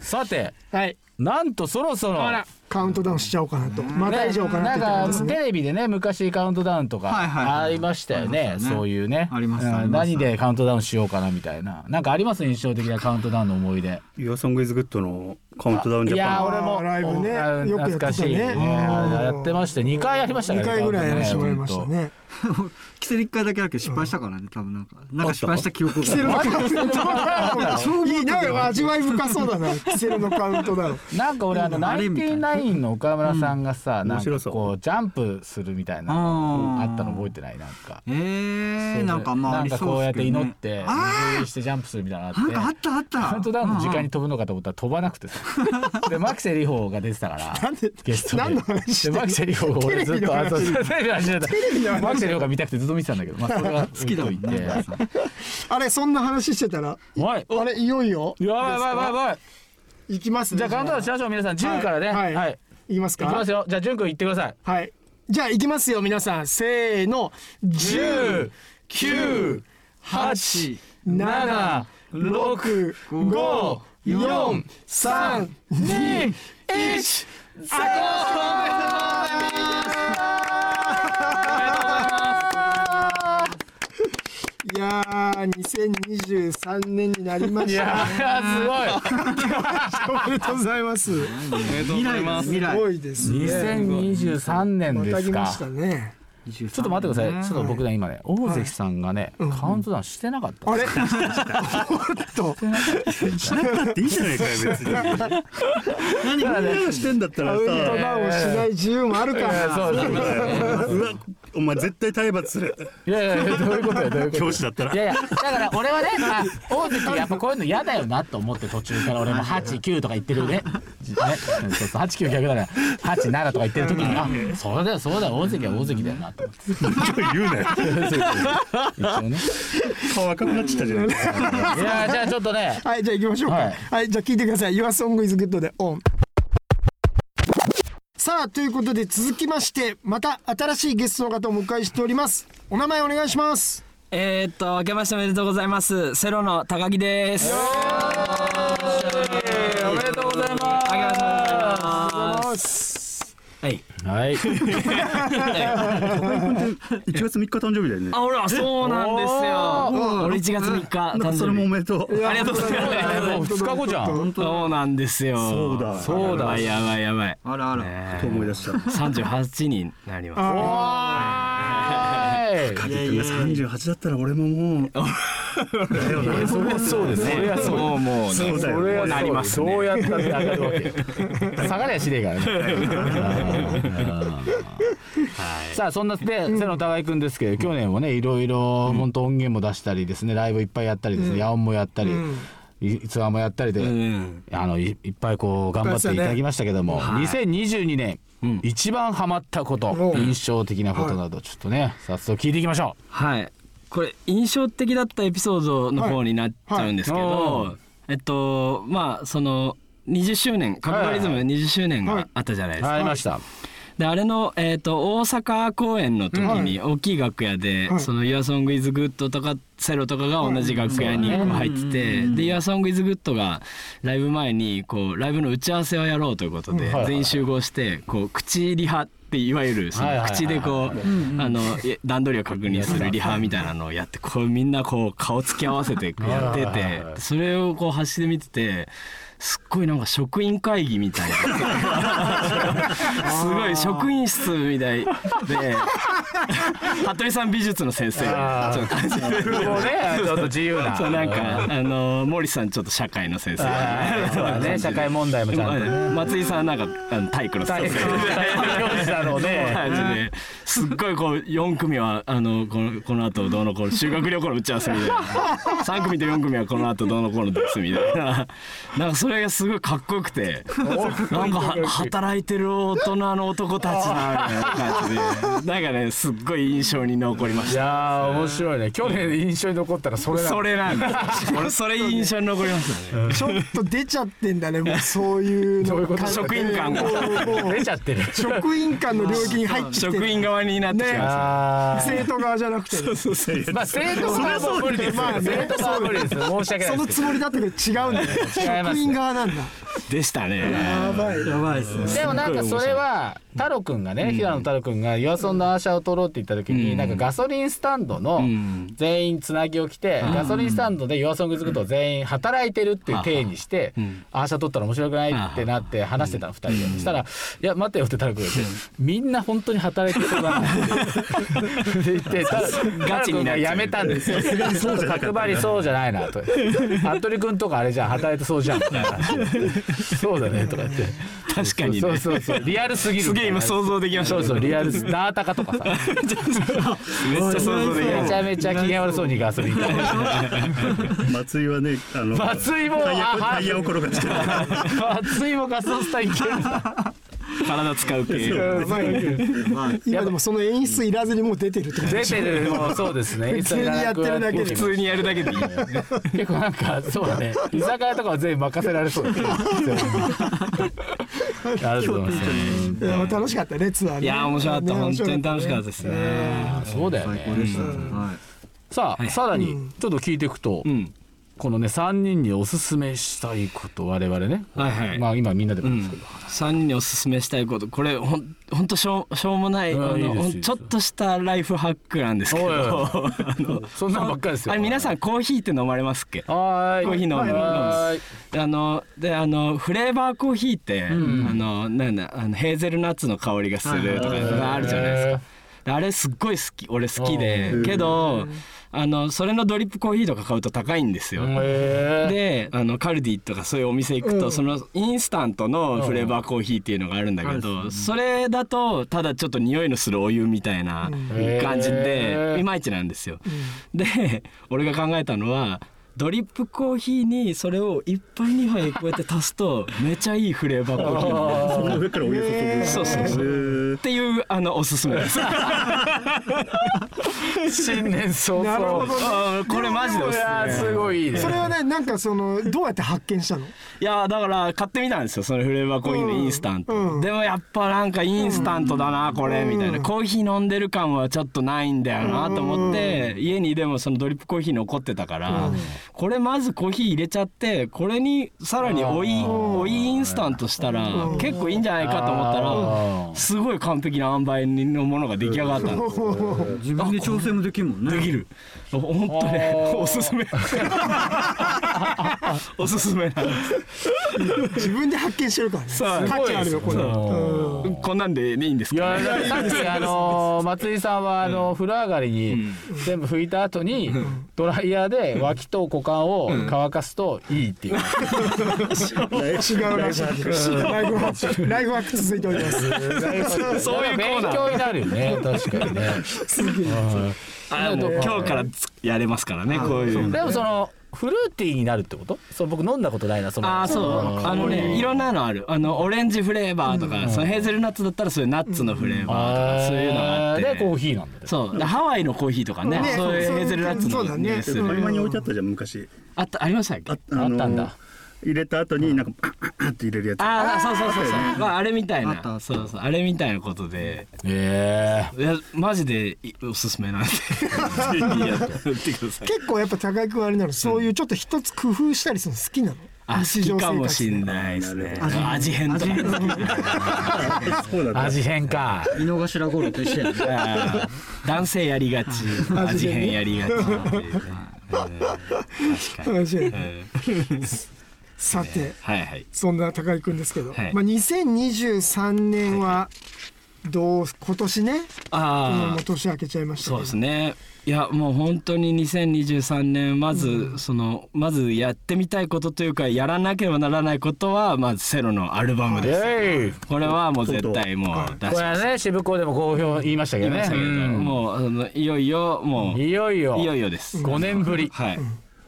D: さて
B: はい、
D: なんとそろそろ
B: らカウントダウンしちゃおうかなと、また以上かなってところ
D: な
B: で
D: ん
B: す
D: か
B: ね
D: テレビでね昔カウントダウンと
E: はいはい
D: か
E: はい
D: ありましたよね、
E: ありますね
D: そういうね
E: ありますあり
D: うん
E: ます
D: 何でカウントダウンしようかなみたいななんかあります印象的なカウントダウンの思い出
C: 「YourSongIsGood」のカウントダウンジ
D: い
C: ャ
D: や
C: パン
D: 俺も
B: あーライブね
D: あー
B: よくやって
D: 懐
B: たね
D: かしいね
B: うん
D: やってました2回やりました
B: 2
D: ね
B: 回ぐらいやらせてもらいましたね
E: キセル一回だけだけど失敗したからね、多分なんかなんか失敗した記憶が
B: キセルのカウント ダウンいいな味わい深そうだなキセルのカウントダウン
D: なんか俺あのナ
E: あれ
D: イン
E: みた
D: テ
E: い
D: ィナインの岡村さんがさ、
C: ん
D: なん
C: 面白
D: か
C: そう
D: こうジャンプするみたいなの
E: あ
D: あ
E: ー
D: ったの覚えてないなんか。
E: え
D: そ
E: ー、
D: う
E: なんかまああ
D: なん
E: り
D: か
E: そ
D: こ
E: う
D: うや
E: です
D: っ
E: け
D: て
E: ど、ね、
D: 祈って
E: あ
D: 自立してジャンプするみたいなの
E: ーなんか
D: が
E: あ
D: あっ
E: ってたあった
D: カウントダウンの時間
E: に
D: に飛ぶのかと思ったら飛ばなく てさでマキセリホが出てたから
B: なんで
D: ゲストで
B: 何の話してんの
D: でマキセリホが俺ずっ
B: テレビの
D: とあ
B: 話
D: そうそうテレビの話だった
B: ビの話
D: マキセリホが見たくてずっと見てたんだけど、まあ、それは好
E: 好きだもんね
D: や
B: あれそんな話してたら
D: ばい
B: あれいよいよ
D: やばいやばいやばい
B: いきますね
D: じゃあカウントダウンしましょう皆さん10からね
B: はい
D: はい、
B: いきます
D: いきま
B: か
D: すよじゃあ淳君言ってください
B: はいじゃあいきますよ皆さんせーの10
D: 9 8 7 6 5 4 3 2 1
B: いやー2023年になりま
D: い
B: し
D: や
B: た
D: ー す
B: おめでとうございますす
E: 未来です未来
B: ごいです
D: ご
B: ね
D: い2023年
B: ま
D: で
B: た
D: す
B: ぎま
D: か
B: したね
E: ちょっ
D: ちょっと待ってくださいちょっと僕ね今ね大関さんがねカウントダウンしてなかった
B: あれおっと
C: しなくたっていいじゃないかよ別に何カウントダウンしてんだった
B: カ
C: ら
B: ウント
C: さ
B: ダウンしない自由もあるか
D: いや
B: ら
D: そうそうそう
C: うわお前絶対体罰する
D: いやいやどういうことよどういうこと
C: 教師だったら
D: いやいやだから俺はねあ大関やっぱこういうの嫌だよなと思って途中から俺も89とか言ってるねねそうそう89逆だから87とか言ってる時にあそうだよそうだよ大関は大関だよなと思って
C: 言う なよ
D: 一応ね
C: 顔赤くなっちゃったじゃないですか
D: いやーじゃあちょっとね
B: はいじゃあ行きましょうか
D: はい
B: はいじゃあ聞いてください Your Song is Good で On さあということで続きましてまた新しいゲストの方をお迎えしておりますお名前お願いします
H: えー、っと明けましておめでとうございますセロの高木ですおめでとうございます明けましておめでとうございますはい
D: はい
C: 1月3日誕生日だよね
H: あほらそうなんですよ俺1月3日
C: なんか
H: 誕
C: それも
H: 生
C: お
H: 日
C: めでとう
H: ありがとうござい
D: もう
H: ます
D: 2日後じゃん
H: そうなんですよ
C: そうだ
H: そうだやばいやばい
E: あらあら、
C: と思い出した
H: 38になります
D: はい
C: カジ君が38だったら俺ももうだよなそ
D: そうですねそれはそう
H: もうもうね
C: うだよ
D: それは
C: ね
H: なりますね
D: そうやったって上がるわけ下がりゃしねえ からねはいさあそんなで瀬野高井君ですけど去年もねいろいろ本当音源も出したりですねライブいっぱいやったりですね野音もやったりいツアーもやったりで
H: うん
D: あのいいっぱいこう頑張っていただきましたけども2022年一番ハマったこと
B: うん
D: 印象的なことなどちょっとね早速聞いていきましょ
H: はいこれ印象的だったエピソードの方になっちゃうんですけど、
D: はいはい
H: えっとまあその20周年カンバリズム20周年
B: はい
H: があったじゃないで
D: う
H: すか、
D: はいりました
H: であれの、えっと大阪公演の時に大きい楽屋で、
B: はい
H: その「YourSongIsGood」とかセロとかが同じ楽屋にこう入ってて、で「YourSongIsGood」がライブ前にこうライブの打ち合わせをやろうということで、
D: はいはい
H: 全員集合してこう口リハっていわゆるそ
D: はい
H: の
D: はいはい
H: 口でこうあのえ段取りを確認するリハみたいなのをやってこうみんなこう顔つき合わせてやって
D: はいはいはい
H: てそれをこう端で見てて。すっごいなんか職員会議みたい なすごい職員室みたいで 服部さん美術の先生
D: あー
H: ちょっと感じ
D: もうねちょっと自由な
H: そうなんかあの森さんちょっと社会の先生
D: あーそうだね社会問題もちゃんと
H: 松井さんはなんかあの体育の
D: 体
H: 先
D: 育
H: 生
D: 教師だろうね
H: 感じですっごいこう4組はあのこのこの後どうのこうの修学旅行の打ち合わせみたいな3組と4組はこの後どうのこうのですみたいななんかそれがすごいかっこよくてなんかは働いてる大人の男たちだみたいな感じでなんかねすっごい印象に残りま
D: い
H: した
D: やー面白いね去年印象に残ったらそれだ
H: それなんだ俺それ印象に残りましたね
B: ちょっと出ちゃってんだねもうそういうの
D: どういうこと
H: 職員感が
B: もう
D: 出ちゃってる
B: 職員間の領域に入ってきて
H: 職員側になってきました
D: あー
B: 生徒側じゃなくてね
D: まあ生徒さんも無理ですよ
B: まあね
D: 生徒さんは無理です申し訳な
B: そ
D: い
B: の
D: です
B: つもりだったけど違うんだね
D: 違いますね
B: 職員側なんだ
H: でした
B: や
H: ね
B: ばい
E: やばいですね
D: でもなんかそれは太郎くんがね平野太郎くんが「夜遊んのアーシャを取ろう」って言った時に、
H: うん
D: なんかガソリンスタンドの
H: うん
D: 全員つなぎを着て、ガソリンスタンドで「夜遊んグズグと全員働いてるっていう体にして、
H: ん
D: アーシャ取ったら面白くないってなって話してたの2人で、したら「いや待てよ」って太郎くんが言って、みんな本当に働いてそ うだな」って言って太郎
H: ガチ
D: く
H: に
D: ん
H: なっちゃ
D: が
H: う
D: やめた んですよ。ちょっと角張りそうじゃないなと服部君とかあれじゃん働いてそうじゃんみたいな話をそうだねとか言って。
H: 確かにね
D: そうそうそうリアルすぎる
H: すげえ今想像できました
D: そうそうリアルダータカとかさ
H: めっちゃ想像できま
D: め
H: し
D: ち
H: た
D: ゃめちゃ機嫌悪そうにガソリン
C: 松井はねあの
D: 松井も
C: タイヤ
D: あは
C: タイヤを転 がしてる
D: 熱いもガソスタいけるな
H: 体使う系
B: やばい今でもその演出いらずにもう出てるってこと
D: 出てるもうそうですね
B: 普通にやってるだけで
H: 普通にやるだけでいいよね
D: 結構なんかそうだね居酒屋とかは全部任せられそうだねありがとうございます
B: いや楽しかったねツアーね
H: いや面白かった
B: ね
H: 本当に楽しかった
B: ね
H: ですね
D: そうだよ
E: 最高
D: ね
E: でした、はい
D: さあさらにちょっと聞いていくと
H: うん
D: このね3人におすすめしたいこと我々ね
H: はいはい
D: まあ今みんなで
H: う
D: もです
H: ん
D: けど、
H: 3人におすすめしたいことこれほんほんとしょうしょうもないあ
D: う
H: の
D: んいいです
H: ほ
D: いいで
H: ん
D: す
H: ちょっとしたライフハックなん ですけど
D: おいおいお
H: あの
D: そんなんばっかりですよ
H: あれ皆さんコーヒーって飲まれますっけ
D: はーい
H: コーヒー飲む
D: はーい
H: あのであのフレーバーコーヒーって、あのなんだあのヘーゼルナッツの香りがするとかあるじゃないですか。で あれすっごい好き俺好きでけどあのそれのドリップコーヒーとか買うと高いんですよ。
D: へえ
H: であのカルディとかそういうお店行くと、そのインスタントのフレーバーコーヒーっていうのがあるんだけど、それだとただちょっと匂いのするお湯みたいな感じ
D: へ
H: で
D: ー
H: いまいちなんですよ。で俺が考えたのはドリップコーヒーにそれを一杯二杯こうやって足すとめちゃいいフレーバーコーヒーになる
C: その上からお湯注ぐ
H: そうそうそう
C: う
H: っていうあのおすすめです。
D: 新年早々
B: なるほど
H: あーこれマジでおす
D: い
H: す
D: やー
H: め。
D: すごいいいね
B: それはねなんかそのどうやって発見したの
H: いやだから買ってみたんですよそのフレーバーコーヒーのインスタント、
B: うん
H: でもやっぱなんかインスタントだなこれみたいな、コーヒー飲んでる感はちょっとないんだよなと思って、家にでもそのドリップコーヒー残ってたから、これまずコーヒー入れちゃってこれにさらにおいおいインスタントしたら結構いいんじゃないかと思った
D: あー
H: らすごい完璧な塩梅のものが出来上がったんですよ
E: 自分で調整もできるもんね
H: できる本当ね
D: あー
H: おすすめおすすめなんです
B: 自分で発見してるからね
H: そう
B: 価値あるよこれ
D: そ
B: うん
H: こんなんでいいんです
D: いや
H: か、
D: だってさっきあのー松井さんはあの風呂上がりに全部拭いた後にドライヤーで脇と股間を乾かすといいっていう
B: 違うらしいライフワークライフワーク続いておりま す
H: そういうコーナ
D: 勉
H: ー
D: 強になるよね確かにね
H: あもう今日からつやれますからねこういう
D: でもそのフルーティーになるってことそう僕飲んだことないなその
H: ああそうあのねいろんなのあるあのオレンジフレーバーとか、そのヘーゼルナッツだったらそういうナッツのフレーバーとか、そういうのがあって、
D: でコーヒーなんだね
H: そうでハワイのコーヒーとかね
B: ね
H: そういうヘーゼルナッツ
B: そう
H: の
B: だ
H: ニ
B: ね
H: ュース
C: で
H: で、
C: も合間に置いてあったじゃん昔
H: あったありましたっけ
C: あ
H: あ
C: の
D: あったんだ
C: 入れた後になんかカッカッカッって入れるやつ
H: あーそうそうそうそうまああれみたい
E: あったあ
H: な
E: った
H: そうそうあれみたいなことで
D: え
H: いやマジでいおすすめなんでぜひやってください
B: 結構やっぱ高井君あれなのそういうちょっと一つ工夫したりするの好きなの
H: あ
B: 日
H: 好
B: 常
H: きか
B: 生
H: も
B: 活
H: し
B: で
H: んないですね
E: 味変
H: 味変とか
E: 味変
C: そうだ
D: え 味変か
E: 井の頭ゴールと一緒やね
H: あー男性やりがち味変や りがちっていうね
B: 面白いさて
H: はいはい
B: そんな高井君ですけど、
H: はい
B: まあ、2023年はどう今年ね、うん
H: あ
B: もう
H: あ
B: 年明けちゃいましたけど
H: そうですねいやもう本当に2023年まずそのまずやってみたいことというかやらなければならないことはまずセロのアルバムです
D: えい
H: これはもう絶対もう出し
D: これ
H: ま
D: はね渋子でも好評言いましたけどね
H: したけどもうあのいよいよも
D: うん
H: う
D: いよいよ
H: いよいよです
D: 5年ぶり
H: はい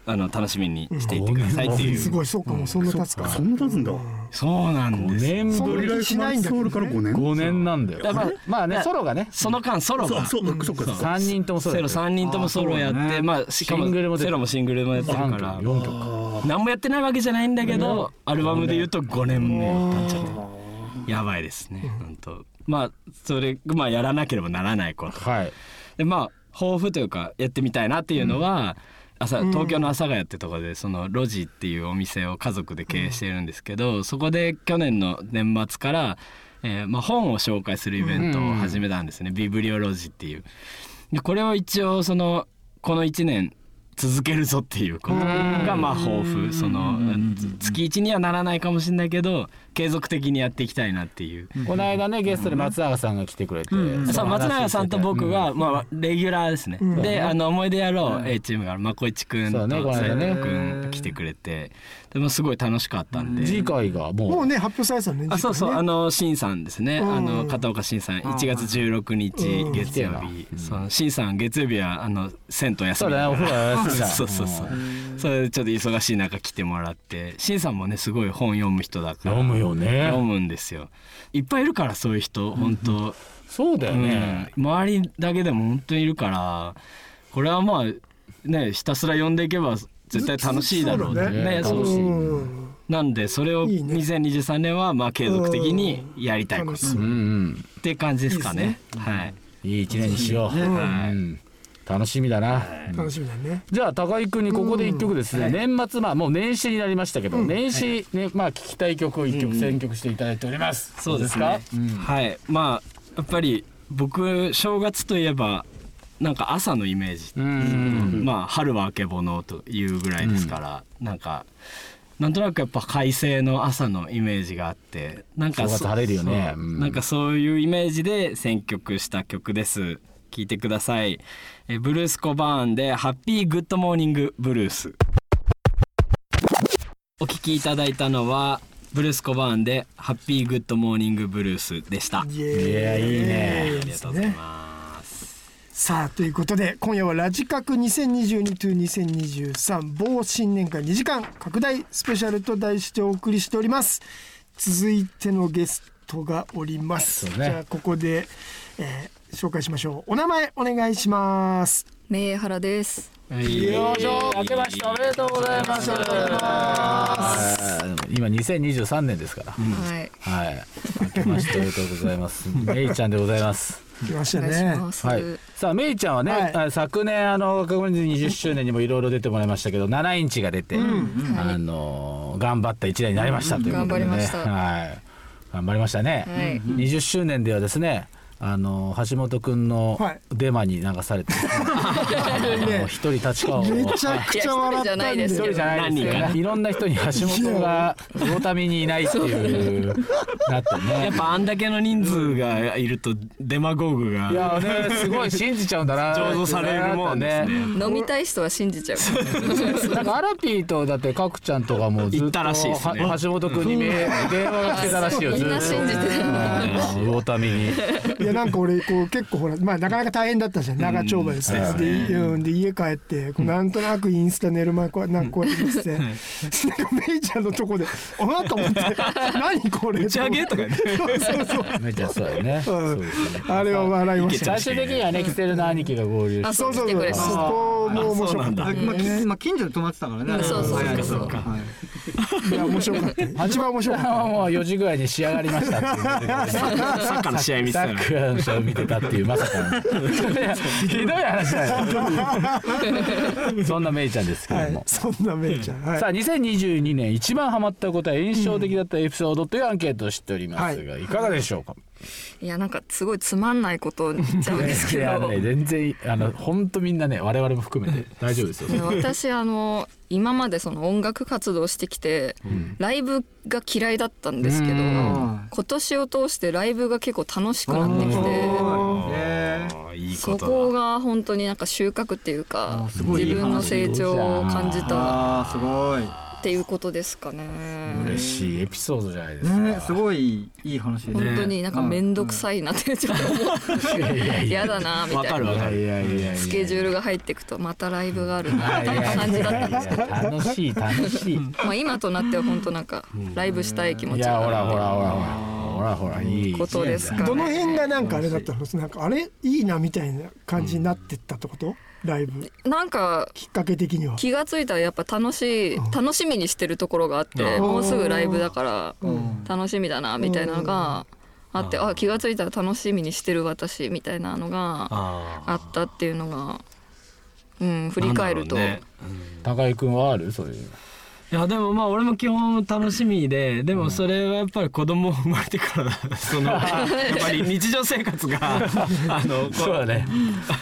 H: あの楽しみにしていてくださいってい
B: す
H: う
B: ごいそうかもうそんな経つか、
C: そんな経つんだ
H: そうなんですよ
D: 年
B: そんな気しないんだけ
C: ソ
B: ど、
C: ウルから
B: ね、
C: 5年
D: 5年なんだよまあ まあねソロがね
H: その間ソロ
C: そう
H: が
C: そうそうか
D: 3人ともソロ
H: セ
D: だ
H: ロ
D: ったよ
H: 三人ともソロやって、まあしかも
D: シングルも出て
H: セロもシングルもやってる
D: 三
H: か
D: 曲
H: ら
D: 4曲
H: 何もやってないわけじゃないんだけどアルバムで言うと5年目経っちゃってやばいですね本当まあそれまあやらなければならないこと
D: はい
H: でまあ抱負というかやってみたいなっていうのは、朝東京の阿佐ヶ谷ってとこでそのロジっていうお店を家族で経営してるんですけど、そこで去年の年末から、えーまあ、本を紹介するイベントを始めたんですね、ビブリオロジっていう。でこれを一応そのこの1年続けるぞっていうことがまあ抱負その月1にはならないかもしれないけど継続的にやっていきたいなっていう
D: この間ねゲストで松永さんが来てくれて、
H: そう松永さんと僕が、まあ、レギュラーですね、であの思い出やろう A チームがまこいちくん
D: そう
H: と
D: ねこの
H: 斉
D: 間ね
H: 藤くん来てくれてでもすごい楽しかったんで。
D: 次回がもう
B: もうね発表されてたね
H: あそうそう、
B: 実
H: あ
B: はね
H: の新さんですね、
B: うん
H: あの片岡新さん1月16日月曜日、その新さん月曜日はあの銭湯休
D: そう
H: み
D: だねお風呂やって た
H: そうそうそうそれでちょっと忙しい中来てもらって新さんもねすごい本読む人だから
D: 飲むよね
H: 読むんですよいっぱいいるからそういう人本当、
D: そうだよね、
H: うん、周りだけでも本当にいるからこれはまあねひたすら呼んでいけば絶対楽しいだろうね
B: ずっとそう
D: だね
H: そう
D: う
B: うん
H: なんでそれを
B: いいね
H: 2023年はまあ継続的にやりたいこ
B: 楽
H: と
B: し
D: うん
B: み
D: うん
H: って感じですかねはい
D: いい一年にしよう、うん楽しみだな、
B: 楽しみだね
D: じゃあ高井君にここで一曲ですね、年末まあもう年始になりましたけど、年始ね、まあ聞きたい曲を一曲選曲していただいております、
H: そうですね
D: どうですか、
H: はいまあやっぱり僕正月といえばなんか朝のイメージ
D: うんうん
H: まあ春はあけぼのというぐらいですから、なんかなんとなくやっぱ快晴の朝のイメージがあってなんか
D: 正月晴れるよね
H: そう
D: うん
H: なんかそういうイメージで選曲した曲です聞いてくださいえブルース・コバーンで「ハッピー・グッド・モーニング・ブルース」お聞きいただいたのはブルース・コバーンで「ハッピー・グッド・モーニング・ブルース」でしたあ
B: い
D: いや
B: や
D: いいね
H: りがとうございます
B: さあということで今夜は「ラジカク2022と2023某新年会2時間拡大スペシャル」と題してお送りしております続いてのゲストがおります、
D: そう
B: じ
D: ね
B: ゃあここで、えー紹介しましょうお名前お願いします
I: 明原です。
D: よいしょ明けましておめでとうございますはい今2023年ですから、
I: はい。
D: はい明けましておめでとうございます めいちゃんでございます
B: 来ました
I: お願いし
B: ね
I: ます。
D: はい、さあめいちゃんはね、
B: はい
D: あ昨年あの学問20周年にもいろいろ出てもらいましたけど7インチが出て、あの頑張った一年になりましたということで、ね、
I: 頑張りました
D: はい頑張りましたね、
I: はい
D: 20周年ではですねあの橋本くんの
B: はい
D: デマに流さ れてあの一人立川を
B: めちゃくちゃ笑ったん
I: いや一人じゃないです
D: 一
I: よ
D: 人じゃないで
H: 何人
D: すけどね
H: か
D: いろんな人に橋本が 大谷にいないっていうなってね
H: やっぱあんだけの人数がいるとデマゴーグ
D: い
H: が
D: やねすごい信じちゃうんだな
H: 醸造されるもんですね。
I: 飲みたい人は信じちゃう。
D: なんかアラピーとだってカクちゃんとかもずっと
H: 行ったらしいですね
D: は橋本君にメ電話が来てたらしいよ
I: み
D: ずっ
I: ん
D: と
I: な信じてる
D: うんウォータミに
B: いやなんか俺こう 結構ほらまあなかなか大変だったじゃん長丁場ですね、で,、うん、で家帰ってこうなんとなくインスタ寝る前こうなんかこうやって見てて、 なんかメイちゃんのとこで「あなと思って「何これ」打
H: 打ち上げとかね
B: そうそうそう
D: めっちゃそうだよね
B: うん
D: そうですね
B: あれは笑いました
D: 最終的にはねキセルの兄貴が合流
I: あ、
D: して
I: そ
B: そううそ
I: 来
B: う
I: てく
B: そう
I: れました。
B: そこも面白かっ
H: あ
B: た
E: あまあきまあ、近所で泊まってたからね、
I: そうそうそう
E: 早いです
I: そうか
E: はい
B: いや面白か った一番面白かった
D: もう4時ぐらいに仕上がりましたっていう
H: サッカーの試合見て
D: サ
H: たら
D: ッカーの試合を見てたっていうまさかのひどい話だよそんなメイちゃんですけ
B: は
D: ど
B: い
D: も、
B: そんなメイちゃん、はい
D: さあ2022年一番ハマったことは印象的だったエピソードというアンケートをしておりますが、い、かがでしょうか、
I: いや、なんかすごいつまんないことを言っちゃうんですけ
D: いや
I: ど。
D: ね全然あの本当みんなね我々も含めて大丈夫ですよ
I: いや私あの今までその音楽活動してきて、ライブが嫌いだったんですけど今年を通してライブが結構楽しくなってきて
H: あいいこ
I: そ
H: と
I: こ
H: だ
I: が本当になんか収穫っていうか
E: すごいいい話
I: 自分の成長を感じた
E: あーすごい
I: っていうことですかね。
D: 嬉しいエピソードじゃないですか、
E: ねすごいいい話です
I: 本
E: ね
I: 当になんか面倒くさいなってちょっと思
D: いやいや
I: う
D: いや
I: 嫌だなみ
H: わ
I: た
H: か
I: い
H: る
I: な
H: わかる
D: いやいやいや
I: スケジュールが入っていくとまたライブがあるなみたいな感
D: い
I: じだった
D: や
I: ん
D: い
I: ですけど
D: や楽しい楽しい
I: まあ今となっては本当なんかライブしたい気持
D: い
I: ち
D: や
I: が
D: ほらほ
I: あ
D: らほらほらほらほらいい
I: ることですか
B: どの辺
I: ね
B: がなんかあれだったのなんかあれいいなみたいな感じになってったってこと、ライブ
I: なんか
B: きっかけ的には
I: 気が付いたらやっぱ楽しい楽しみにしてるところがあって
H: うん
I: もうすぐライブだから楽しみだなみたいなのがあってあ気が付いたら楽しみにしてる私みたいなのが
H: あ
I: あったっていうのがうん、振り返ると、
H: なんだろうね
D: 高井君はあるそういう
H: いやでもまあ俺も基本楽しみででもそれはやっぱり子供生まれてからそのやっぱり日常生 活があのこ
D: そうだね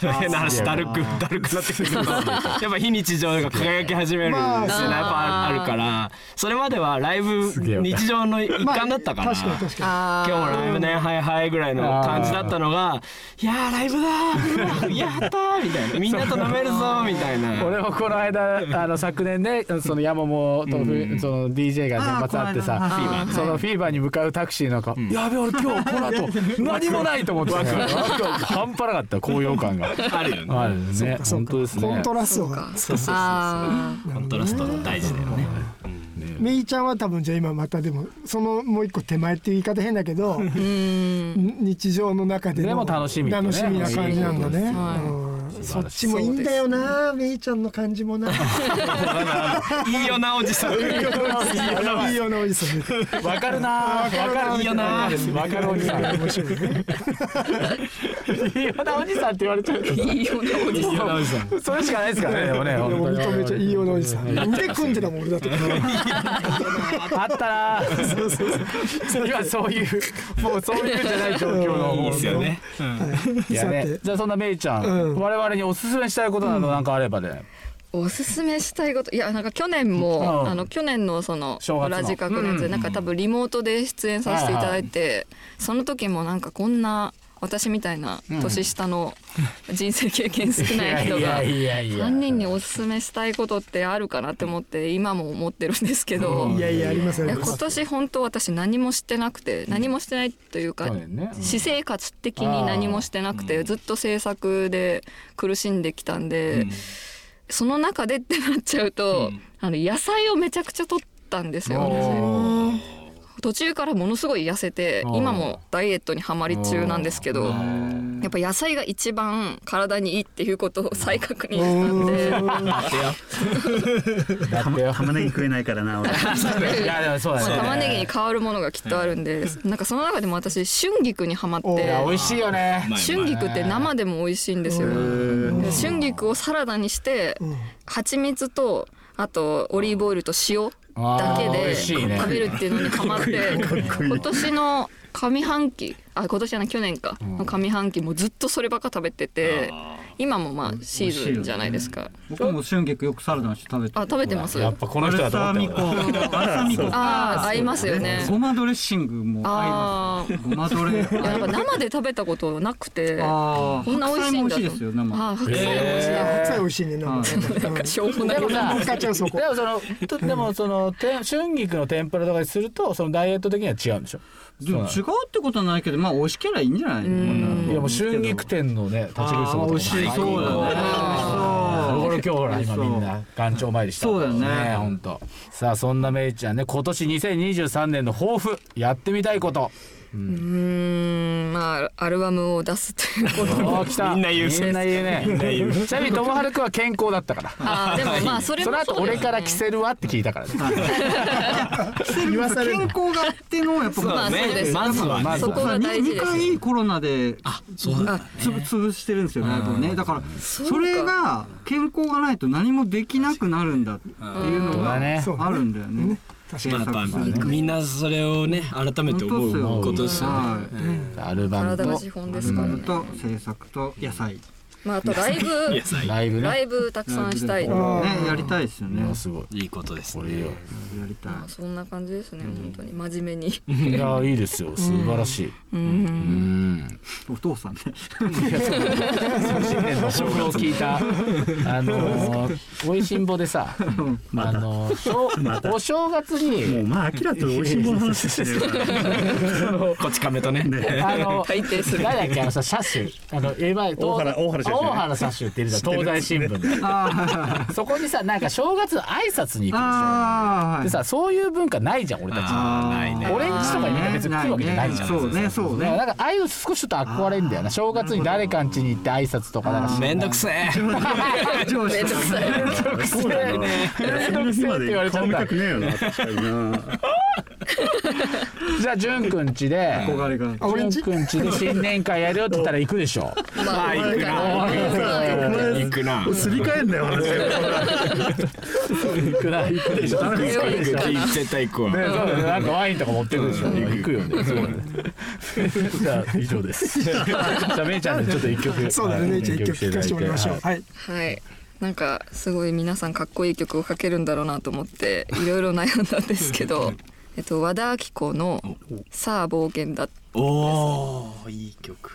H: あ 変な話だるくだるくなってくるけどやっぱ非日常が輝き始めるっていうのはやっぱあるからそれまではライブ
D: げえよね
H: 日常の一環だったから。
B: 確かに確かに
I: あ
H: 今日もライブね、はいはいぐらいの感じだったのが、いやーライブだー、 やったーみたいな、みんなと飲めるぞーみたいな。
D: 俺もこの間あの昨年ねその山もとふ、その DJ が年末あってさ
E: あーこの間
D: そのフィーバーに向かうタクシーなんか、やべえ俺今日この後何もないと思ってたよ半端なかった高揚感が
H: あるよね。
D: あるね本当です
B: コン
D: ね
B: トラストが
I: ーあー
H: コントラスト大事だよね。
B: めいちゃんは多分じゃあ今またでもそのもう一個手前っていう言い方変だけど日常の中での
D: でも楽しみってね
B: 楽しみな感じなんだねうんそっちもいいんだよなめいちゃんの感じもな
H: いいよなおじ さん。
B: いいよなおじさん
D: わかるなわかるよなわかるおじさん
B: 面白いね
D: いいよなおじさんって言われちゃう
I: いいよねおじさん
H: おじさん。
D: それしかないですからねでもね
B: でも
D: 本当
B: 認
D: に
B: めちゃいいよなおじさん腕組んでたもん俺だって
D: あったな今そういうもうそういうんじゃない状況の
H: いいですよね。
D: い や
B: さ
D: ね
B: て
D: じゃあそんなめいちゃん、
B: うん
D: 我々におすすめしたいことなどなんかあればで、
I: おすすめしたいこといやなんか去年も、
D: うん
I: あの去年のその
D: 正月の
I: ラジカクのやつでなんか多分リモートで出演させていただいて、その時もなんかこんな私みたいな年下の人生経験少ない人が
D: いやい
I: 3人におすすめしたいことってあるかなって思って今も思ってるんですけど、
B: い
I: い
B: やいやありますあり
I: や
B: ま
I: 今
B: す
I: 年本当私何もしてなくて何もしてないというか、
D: 去年ね
I: 私生活的に何もしてなくてずっと制作で苦しんできたんで、その中でってなっちゃうと、あの野菜をめちゃくちゃ取ったんですよ
D: おー
I: 途中からものすごい痩せて
D: あー
I: 今もダイエットにはまり中なんですけどやっぱ野菜が一番体にいいっていうことを再確認したんで
D: だってよ
C: 玉ねぎ食えないからな俺
D: いやでもそうだね、
I: 玉ねぎに変わるものがきっとあるんでなんかその中でも私春菊にはまって
B: おー
D: 美味しいよね
I: 春菊って生でも美味しいんですよ。で春菊をサラダにして、蜂蜜とあとオリーブオイルと塩だけ
D: あー美
I: で
D: 味しいね
I: 食べるっていうのにハマって、今年の上半期あ今年じゃない去年かの上半期もずっとそればっか食べてて、今もまあシーズンじゃないですか。
E: 僕も春菊よくサラダにして食べて
I: あ食べてます。
D: やっ
I: あ
D: ぱこの人だと
E: バ
D: 思っ
E: ル
D: た
E: サミ
D: よ
E: コ バルサミコ
I: あー合いますよね。
E: ごまドレッシングも合います
I: ああ。
E: ごまドレ
I: いやなんか生で食べたことなくて、あ
E: ああ
I: こんな美味しいんだと
E: 白菜も美味しいですよ生
I: あー白菜も美味しいな。
B: 白菜美味しいねなんか
I: なんかしょうもない
D: でもさ
B: 使っちゃうそこ
D: でもそのとでもそのて春菊の天ぷらとかにするとそのダイエット的には違うんでしょ
E: でも違うってことはないけどまあ美味しけりゃいいんじゃないのかない
D: やもう春菊店のね立ち食いそ
E: あ
D: ば
E: ー
D: とか
E: 美味しいそうだね
D: これ今日ほら
E: 美味
D: 今
E: しそう
D: みんな眼頂前でした
E: そうだよね
D: 本当さあそんなめいちゃんね今年2023年の抱負やってみたいこと
I: うーんまあアルバムを出すということ
D: おー来た
H: みんな言う
D: みんな言うねちなみに友春くんは健康だったから
I: あーでもまあそれ
D: そ
I: も
D: の
I: そう
D: 後
I: ですね
D: 俺から着せるわって聞いたからね
B: 言わされる
E: 健康があってのやっぱ
I: まあそうです
H: まずは
D: まず
I: そこが大事
E: 2
I: です
E: 回コロナでつぶ潰してるんですよライブをねだから
I: うか
E: それが健康がないと何もできなくなるんだっていうのが
D: だね
E: あるんだよね
B: 確
H: や
B: か
H: っ
B: に
H: ぱみんなそれをね改めて思
E: 本当っすよ
H: うことですよね。
E: はい
D: アルバム
I: 体が
D: と
I: 資本ですから
E: 株
I: ね、
E: と制作と野菜
I: まあ、あとライ
H: 野
I: ブ
H: 菜
D: ライブ
I: ラ
D: ね
I: イブたくさんしたい、
E: ね
I: ま
E: やりたいですよね
D: も
E: や
D: うすご
H: い
D: い
H: いことです
D: これ
H: ね
D: よ。
E: りたい
I: あ、そんな感じですね本当に真面目に
D: いやいいですよ素晴らしいうん
E: お父さんね
D: 新年の抱負を聞いたあのーおいしんぼでさあ
C: またも
D: のしょうお正月に
C: うまあ明らかと美味しいものの話してるから
H: こち亀とね。
D: あの
I: 大抵する
D: 誰だっけあのさ車種あのえまい
C: 大原大原車種ね
D: 大原車種っているじゃん東西新聞
E: あ
D: のそこにさなんか正月の挨拶に行くんですよ
E: あ
D: でさそういう文化ないじゃん俺たち
E: ないね
D: オレンジとかに別に来るわけじゃないじゃん
E: そうねそう
D: ね
E: ね
D: なんかああいうの少しちょっと憧れんだよな正月に誰かん家に行って挨拶とかなんかし
H: めんどくせえ。
E: 上司とかね
C: そうだな
D: めんどくせえって言われちゃ
C: 顔
D: った
C: 見たくねえよな確かにな
D: じゃあ潤くんちで
E: 憧れが
B: あ俺んち
D: 潤くんちで新年会やるよって言ったら行くでしょ
I: まあ、
H: 行
I: そ
H: く
I: う
H: な行くな
C: すり替えんだよ話
D: 行くな行くでしょ楽しそうでしょ
H: 絶対行くわ
D: ね、そうだね、なんかワインとか持ってくるでしょ、行くよね。そうだね。 じゃあ、以 上です。じゃあ、めいちゃんでちょっと一曲。
B: そうだね、じゃあ一曲聴かせてもらいましょう。
D: は
B: はい。
I: はい。なんかすごい皆さんかっこいい曲を書けるんだろうなと思っていろいろ悩んだんですけど、えっと和田アキ子のさあ冒険だ
H: おーいい曲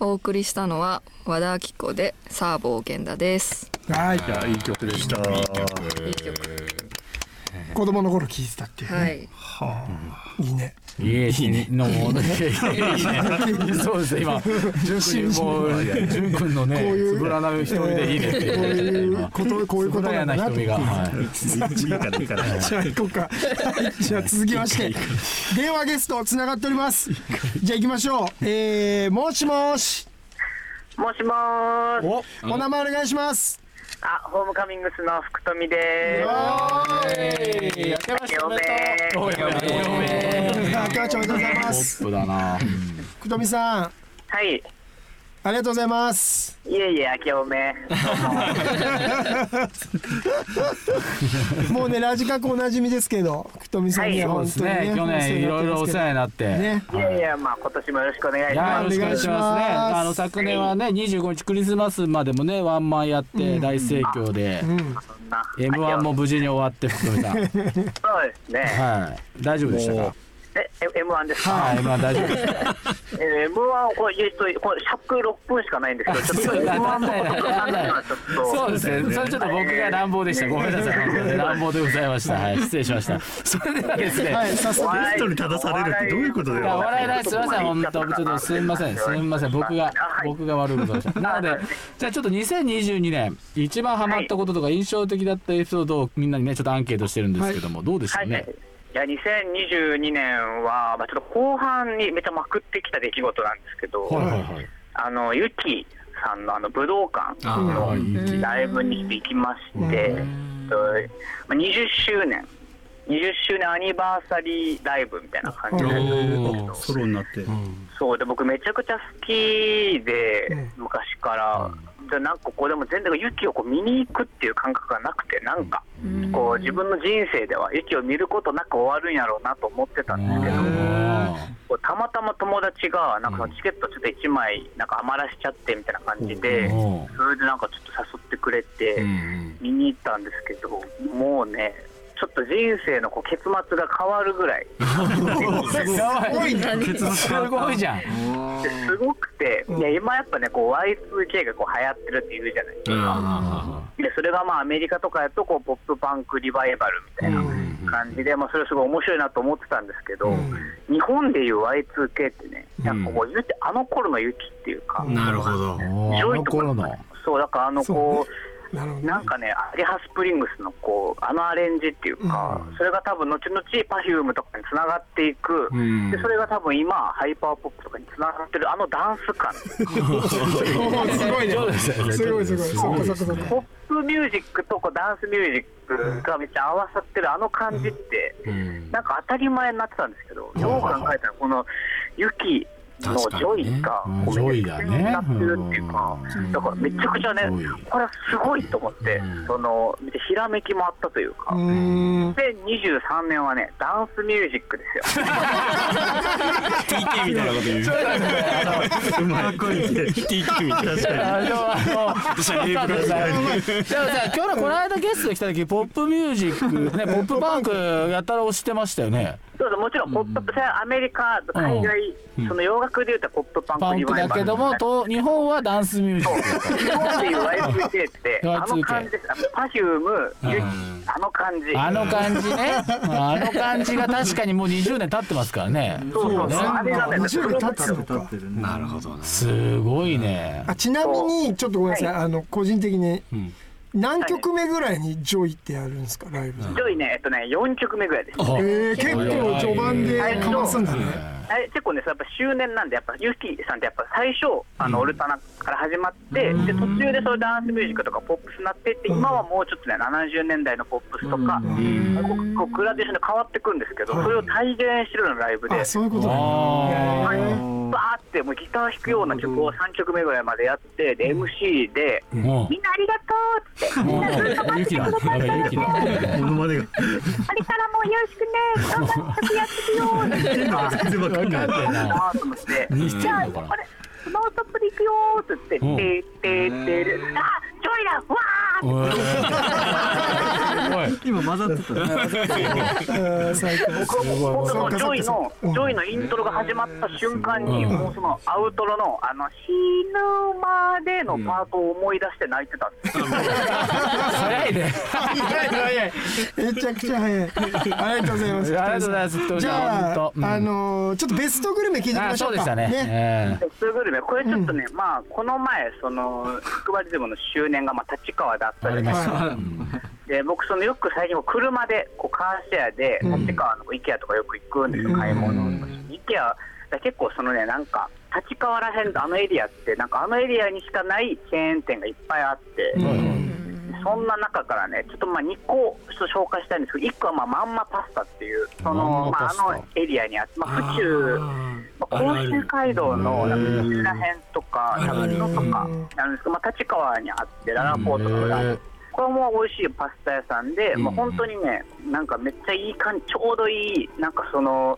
I: お送りしたのは和田アキ子でさあ冒険だです。
B: はい
D: い。いや、いい曲でした。
I: いい曲。
B: 子供の頃聴いてたっていうね。
I: はい。
B: いいね。
D: いいね。のもの。いいね。そうですね、今。純君にもう、純君のね、
B: こういう
D: つぶらな瞳でいいねっ
B: こ
D: て
B: ういうこと、こういうこと
D: つぶら
B: な
D: や
B: んだ
D: な
B: なと
D: 瞳が。はい
C: いいからいいから
B: じゃあ行こうか。じゃあ続きまして、電話ゲストつながっております。じゃあ行きましょう。えー、もしもし。
J: もしもーす。
B: お、お名前お願いします。
J: あ、ホームカミングスの福富で
D: やってまし
J: す。
D: た。お
J: 嫁
D: めでとう。おめでとう
B: あ、今日ちゃんおめでとうございま
D: ポ
B: す
D: ッ。プだな。
B: くとみさん、あ
J: はい。い
B: りがとうございます。
J: えいえ、明けおめ。
B: もうね、ラジカクおなじみですけど、くとみさんには
D: そう
B: 本当
D: です
B: にね
D: ね。、去年いろいろお世話になって。
B: ね。
J: いやいや、まあ今年もよろしくお願い
D: い
J: し
D: や
J: ま
D: よろ
J: す。
D: しくお願
B: お願
D: いしますね。
B: いします
D: あの昨年はね、25日クリスマスまでもね、ワンマンやって大盛況で、
B: うん、
J: そんな。
D: M1 も無事に終わって福留さん。
J: そうですね。
D: はい。大丈夫でしたか。
J: え、え M1 ですか。
D: はい、M1 大丈夫でした。
J: えー M1 をこれ言うとこれ尺6分しかないんですけど、ちょっと M1 のこと考えるのはちょっと。
D: そうですね。それちょっと僕が乱暴でした。ごめんなさい。本当に乱暴でございました。はい、失礼しました。それではですね。
B: はい、早速。
J: お笑い
C: ゲストに立たされるってどういうことだ
D: い
C: よ
D: や笑えないすみません本当ちょっとすみませんすみません僕が僕が悪いことをしたなのでじゃあちょっと2022年一番ハマったこととか印象的だったエピソードをみんなにねちょっとアンケートしてるんですけどもどうでし
J: は
D: た
J: い、
D: ね
J: いや2022年は、まあ、ちょっと後半にめっちゃまくってきた出来事なんですけど、
D: はいはいはい
J: あのユキさんのあの武道館
H: あ
J: のライブに行きまして、とまあ20周年20周年アニバーサリーライブみたいな感じで、
C: おソロになって、
J: そうで僕めちゃくちゃ好きで、昔から、でなんかこうでも全然ユキをこう見に行くっていう感覚がなくてなんか、こう自分の人生ではユキを見ることなく終わるんやろうなと思ってたんですけど、こうたまたま友達がなんかそのチケットちょっと1枚なんか余らしちゃってみたいな感じで、
D: お
J: それでなんかちょっと誘ってくれて、
H: うん
J: 見に行ったんですけどもうねちょっと人生のこう結末が変わるぐら い
D: すごいすごいじゃん
J: ですごくて、いや今やっぱねこう Y2K がこう流行ってるっていうじゃないです
H: うん
J: か、でそれがまあアメリカとかやとこうポップパンクリバイバルみたいな感じで、まあ、それすごい面白いなと思ってたんですけど、日本でいう Y2K ってねなんかこう言うてあの頃の雪っていうか、
H: なるほど
D: おあ
J: 白
D: の
J: いとこ
D: 頃
J: ろ
D: の
J: そうだからあのこう
B: なるほど。
J: なんかね、アリハスプリングスのこうあのアレンジっていうか、それが多分後々 Perfume とかにつながっていく、
H: ん
J: でそれが多分今、ハイパーポップとかにつながってるあのダンス感、
B: おーすごいね。すごいすごい。そっかそっかそっか。
J: ポップミュージックとこうダンスミュージックがめっちゃ合わさってるあの感じって、なんか当たり前になってたんですけど、よう考えたら、この雪のジョイが
D: 確かにね
J: こう
D: ジョ
J: め
D: イ
J: ちゃ
D: だ
J: くちゃ
D: ね
J: になってるっていうか、だからめちゃくちゃね
D: ジョイ、
J: これはすごいと思って、そのめっちゃひらめきもあったというか。
B: うーん。
J: 2023年はね、ダンスミュージックですよ。
H: TK みたいなこと言う
C: うまい声で
H: TK みたいな
C: 確かに
D: あでもあの
H: 私は英語だ
D: でもさ今日のこの間ゲストで来た時ポップミュージッ クねポップパンクやたら推してましたよね
J: そうだもちろん、ポップ、それはアメリカ、海外、その洋楽でいうとポップパン
D: パ
J: ク
D: ン
J: リ
D: ク
J: バイ
D: だ
J: バ
D: け
J: ルみた
D: ど
J: いな。
D: もと日本はダンスミュージック
J: 日本でいう YPK って、あの感じです。パフューム、ユキ、あの感じ。
D: あの感じね。あの感じが確かにもう20年経ってますからね。
J: そうそう、あれがね、
B: 20年経ってたの
C: 立っ
B: か。
C: てるね
H: なるほどね
D: すごいね。
B: あちなみにちょっとごめんなさい、あの個人的に何曲目ぐらいにジョイってやるんですかライブで、
J: ジョイね、えっとね、4曲目ぐらいです。
B: えー、結構序盤でかわすんだね、
D: え
J: え結構ね、やっぱ周年なんで、やっぱユキさんってやっぱ最初、あのオルタナから始まって、で途中でそういうダンスミュージックとかポップスになってって、今はもうちょっとね、70年代のポップスとか、こうこうグラデーションで変わってくんですけど、それを体現してるのライブで、バ
B: あそういうこと
D: あ
B: ね
J: ーってもうギター弾くような曲を3曲目ぐらいまでやって、で MC で、みんな
D: も
J: ありがとうって、
D: うもうゆきだなんかゆきだ
C: モ
J: あ
C: ノマネが
J: れからもよろしくね、頑張ってやってくよーって。
C: 全然わかんない
D: わかんないな
J: あーと思って
D: にしてんのかな
J: あれスノートップで行くよーって
D: うん
J: 言って、てーてーてー、あジョイだ、わーって
D: おいおい
E: 今混ざってたね
B: うん最高
J: 僕も僕もジョイの
B: うん
J: ジョイのイントロが始まった瞬間に、
D: うん
J: もうそのアウトロのあの死ぬまでのパートを思い出して泣いてたんですよ。
D: 早いね早い
B: めちゃくちゃ早いありがとうござい
D: あ
B: ま
D: り
B: す
D: がとうございます
B: じゃ
D: 本
B: あ、
D: 当うん
B: あのーちょっとベストグルメ聞いてみ
D: あ
B: まし
D: そ
B: ょう
D: うで
B: か
D: したねえ
J: ベストグルメこれちょっとね、まあこの前その福張ジムの周年がまあ立川だった
D: えあ
J: り
D: りました
J: で僕そのよく最近こう車でこうカーシェアで立川の IKEA とかよく行くんですよ買い物 IKEA 結構そのねなんか立川らへんあのエリアってなんかあのエリアにしかないチェーン店がいっぱいあって、そんな中からねちょっとまあ2個ちょっと紹介したいんですけど1個はまあまんまパスタっていうその
D: まんま
J: ま
D: パ
J: あ
D: スタ
J: あのエリアにあって、まあ、府中まあ甲州街道のなんか府中らへんとか多分のとかなんですけど、まあ、立川にあってララポートとかがあって。これも美味しいパスタ屋さんで、もう本当にね、なんかめっちゃいい感じ、ちょうどいい、なんかその、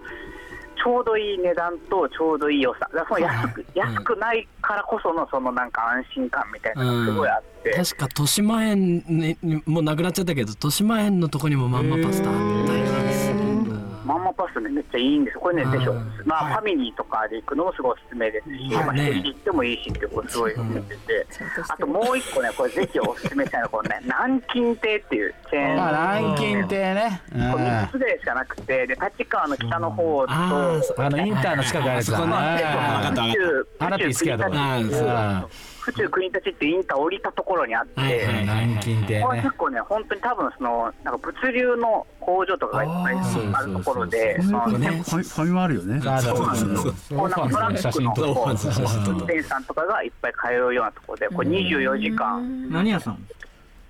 J: ちょうどいい値段とちょうどいい良さ、だからその安く安くないからこその、そのなんか安心感みたいなのがすごいあって、
K: 確か豊島園にもうなくなっちゃったけど豊島園のとこにもまんまパスタあったりするんだ
J: まんまパスタね、めっちゃいいんですよ、これね、
K: うん
J: ぜひおすすめ、ま
B: はい
J: あ、ファミリーとかで行くのもすごいおすすめですし、
K: はい
J: まあ、
K: ね
J: 一人で行ってもいいしっていうことすごい思ってて、
I: ちゃんとして
J: あともう一個ね、これぜひおすすめしたいのは、このね、南京亭っていうチェーン
D: まあ南京亭ねうん
J: これ3つぐらいしかなくて、で立川の北の方と、
K: あーそ
D: あのインターの近くあるやつだね
J: まあ府中
D: あなた好きやとこ
K: あーそう
D: うん
J: 府中国立ってインター降りたところにあって、
K: はいはい
D: 南京亭
J: これ
D: ね
J: 結構ね、本当に多分そのなんか物流の工場とかがいっぱいあるところで、その
C: ファミファミマあるよね
D: あそうそうそうそう
J: こうなんかトラックのこう
K: 写真撮っ
J: 運
K: て
J: 転手さんとかがいっぱい通うようなところで、これ24時間、
E: 何屋さん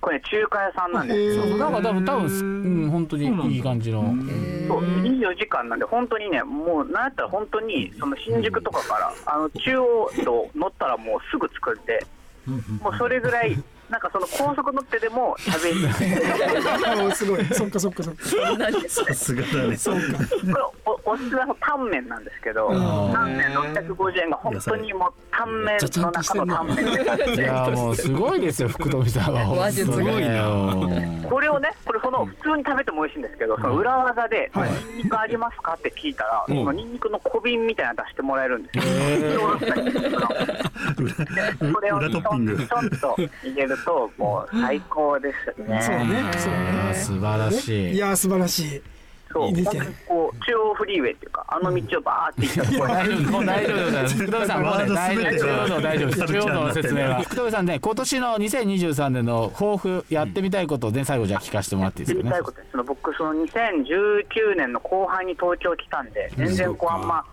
J: これね、中華屋さんなんです
D: そうそうなんか多分多分すうん本当にいい感じの
J: そう24時間なんで、本当にね、もうなんやったら本当にその新宿とかから、あの中央道乗ったらもうすぐ着くんで、もうそれぐらい、なんかその高速乗ってでも食べに 行って、
B: あすごい そっかそっかそっか
C: さすがだね
J: これおおすすめのタンメンなんですけど、タンメン650円が本当にもうタンメンの中のタンメンって感じ
D: い
J: で。
D: やもうすごいですよ福富さんは
I: 話術が
D: すごいな
J: これをね、これその普通に食べても美味しいんですけど、その裏技で、ニンニクありますかって聞いたら、そのニンニクの小瓶みたいなの出してもらえるんですよ。これを
C: 裏
J: ち
C: ト
J: ょ
C: ッピング
J: んと入れると、もう最高です
B: そう
J: ね。
B: ねそうね
D: 素晴らし
B: い
D: い
B: やー素晴らしい
J: そう、
B: いい
J: 本
B: ですよ
J: 当にこう、中央フリーウェイっていうか、あの道をバーって行ったところ
D: 大丈夫 もう 大丈夫でござい ます。福留さん、もうね大丈夫です。中央道大丈夫です。中央道の説明 は。福留さんね、今年の2023年の抱負、やってみたいことをね、最後じゃあ聞かせてもらっていい
J: や
D: です
J: り
D: か
J: た
D: ね
J: い。ことですその僕その2019年の後半に東京来たんで全然こうあんま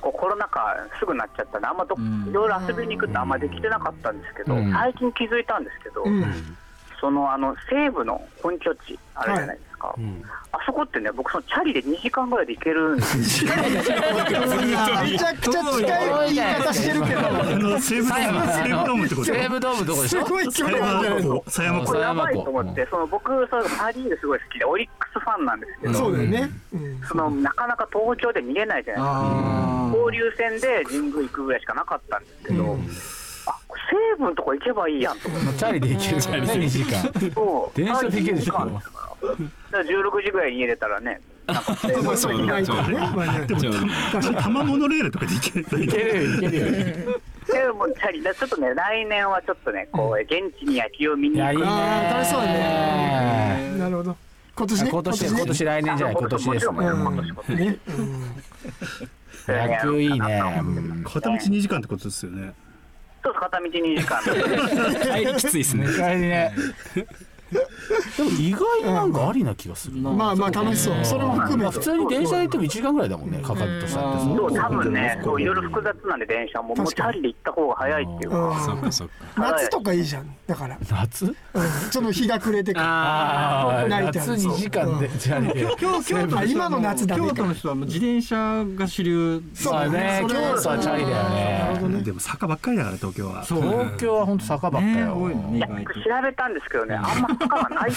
J: こうコロナ禍すぐなっちゃったんであんまどいろいろ遊びに行くってあんまできてなかったんですけど、
D: うん
J: 最近気づいたんですけど、そのあの西部の本拠地あるじゃないですか、あそこってね僕そのチャリで2時間ぐらいで行けるんですよ
B: めちゃくちゃ近い言い方してるけど
C: あの西武ドーム西武ドームってこと
D: 西武ドームどこでし
B: す
D: ょ
B: ごい距離なんじゃないの
C: 狭山
J: こ
C: 湖
J: れやばいと思って、その僕そのパ・リーグすごい好きでオリックスファンなんですけど、
B: そうだよねうん
J: そのなかなか東京で見れないじゃないですか交流戦で神宮行くぐらいしかなかったんですけど、あ西武のとこ行けばいいやんと思って
D: チャリで行けるからね、2時間。
J: そう
D: 電車で行けるでしょ
J: だから16時ぐらいに入れたらねなんか西武
B: まあそう意外と ねまあね
C: でもた多摩モノレールとかで行ける
D: 行けるよ、行けるよ。
J: 西武もチャリだちょっとね来年はちょっとねこう現地に野球を見
D: い
J: に
D: や、い
J: 行
D: い
J: く
D: ね。
B: あー楽しそうだ
D: ね。
B: なるほど今年ね
D: 今年、
B: ね
D: 今年、来年じゃない、今年ですね。
J: 今年今年
D: 野球いいね。
C: 片道2時間ってことですよね
J: ちょっと片道2時間
K: 帰りきついですね
D: 帰りね。でも意外になんかありな気がするな
B: まあまあ楽しそうそれも含めて
D: まあ普通に電車で行っても1時間ぐらいだもんねかかるとしたって
J: そう多分ね、そういろいろ複雑なんで、電車も、もうチャリで行った方が早いっていうか、
B: うん夏とかいいじゃんだから、うん、
D: 夏
B: ちょっと日が暮れてから
D: あ
B: ナイ
D: ー
B: ト
D: 夏2時間でじゃあね
E: 京京都
B: あ今の夏だね
E: 京都の人はもう自転車が主流
B: そう
D: まあね京都はチャリだよね
C: でも坂ばっかりだから東京は
E: そう
D: 東京は本当坂ばっか
E: ね
D: よ
E: 多いのね意
J: いや
E: 外と
J: 調べたんですけどね、あんま坂がないっ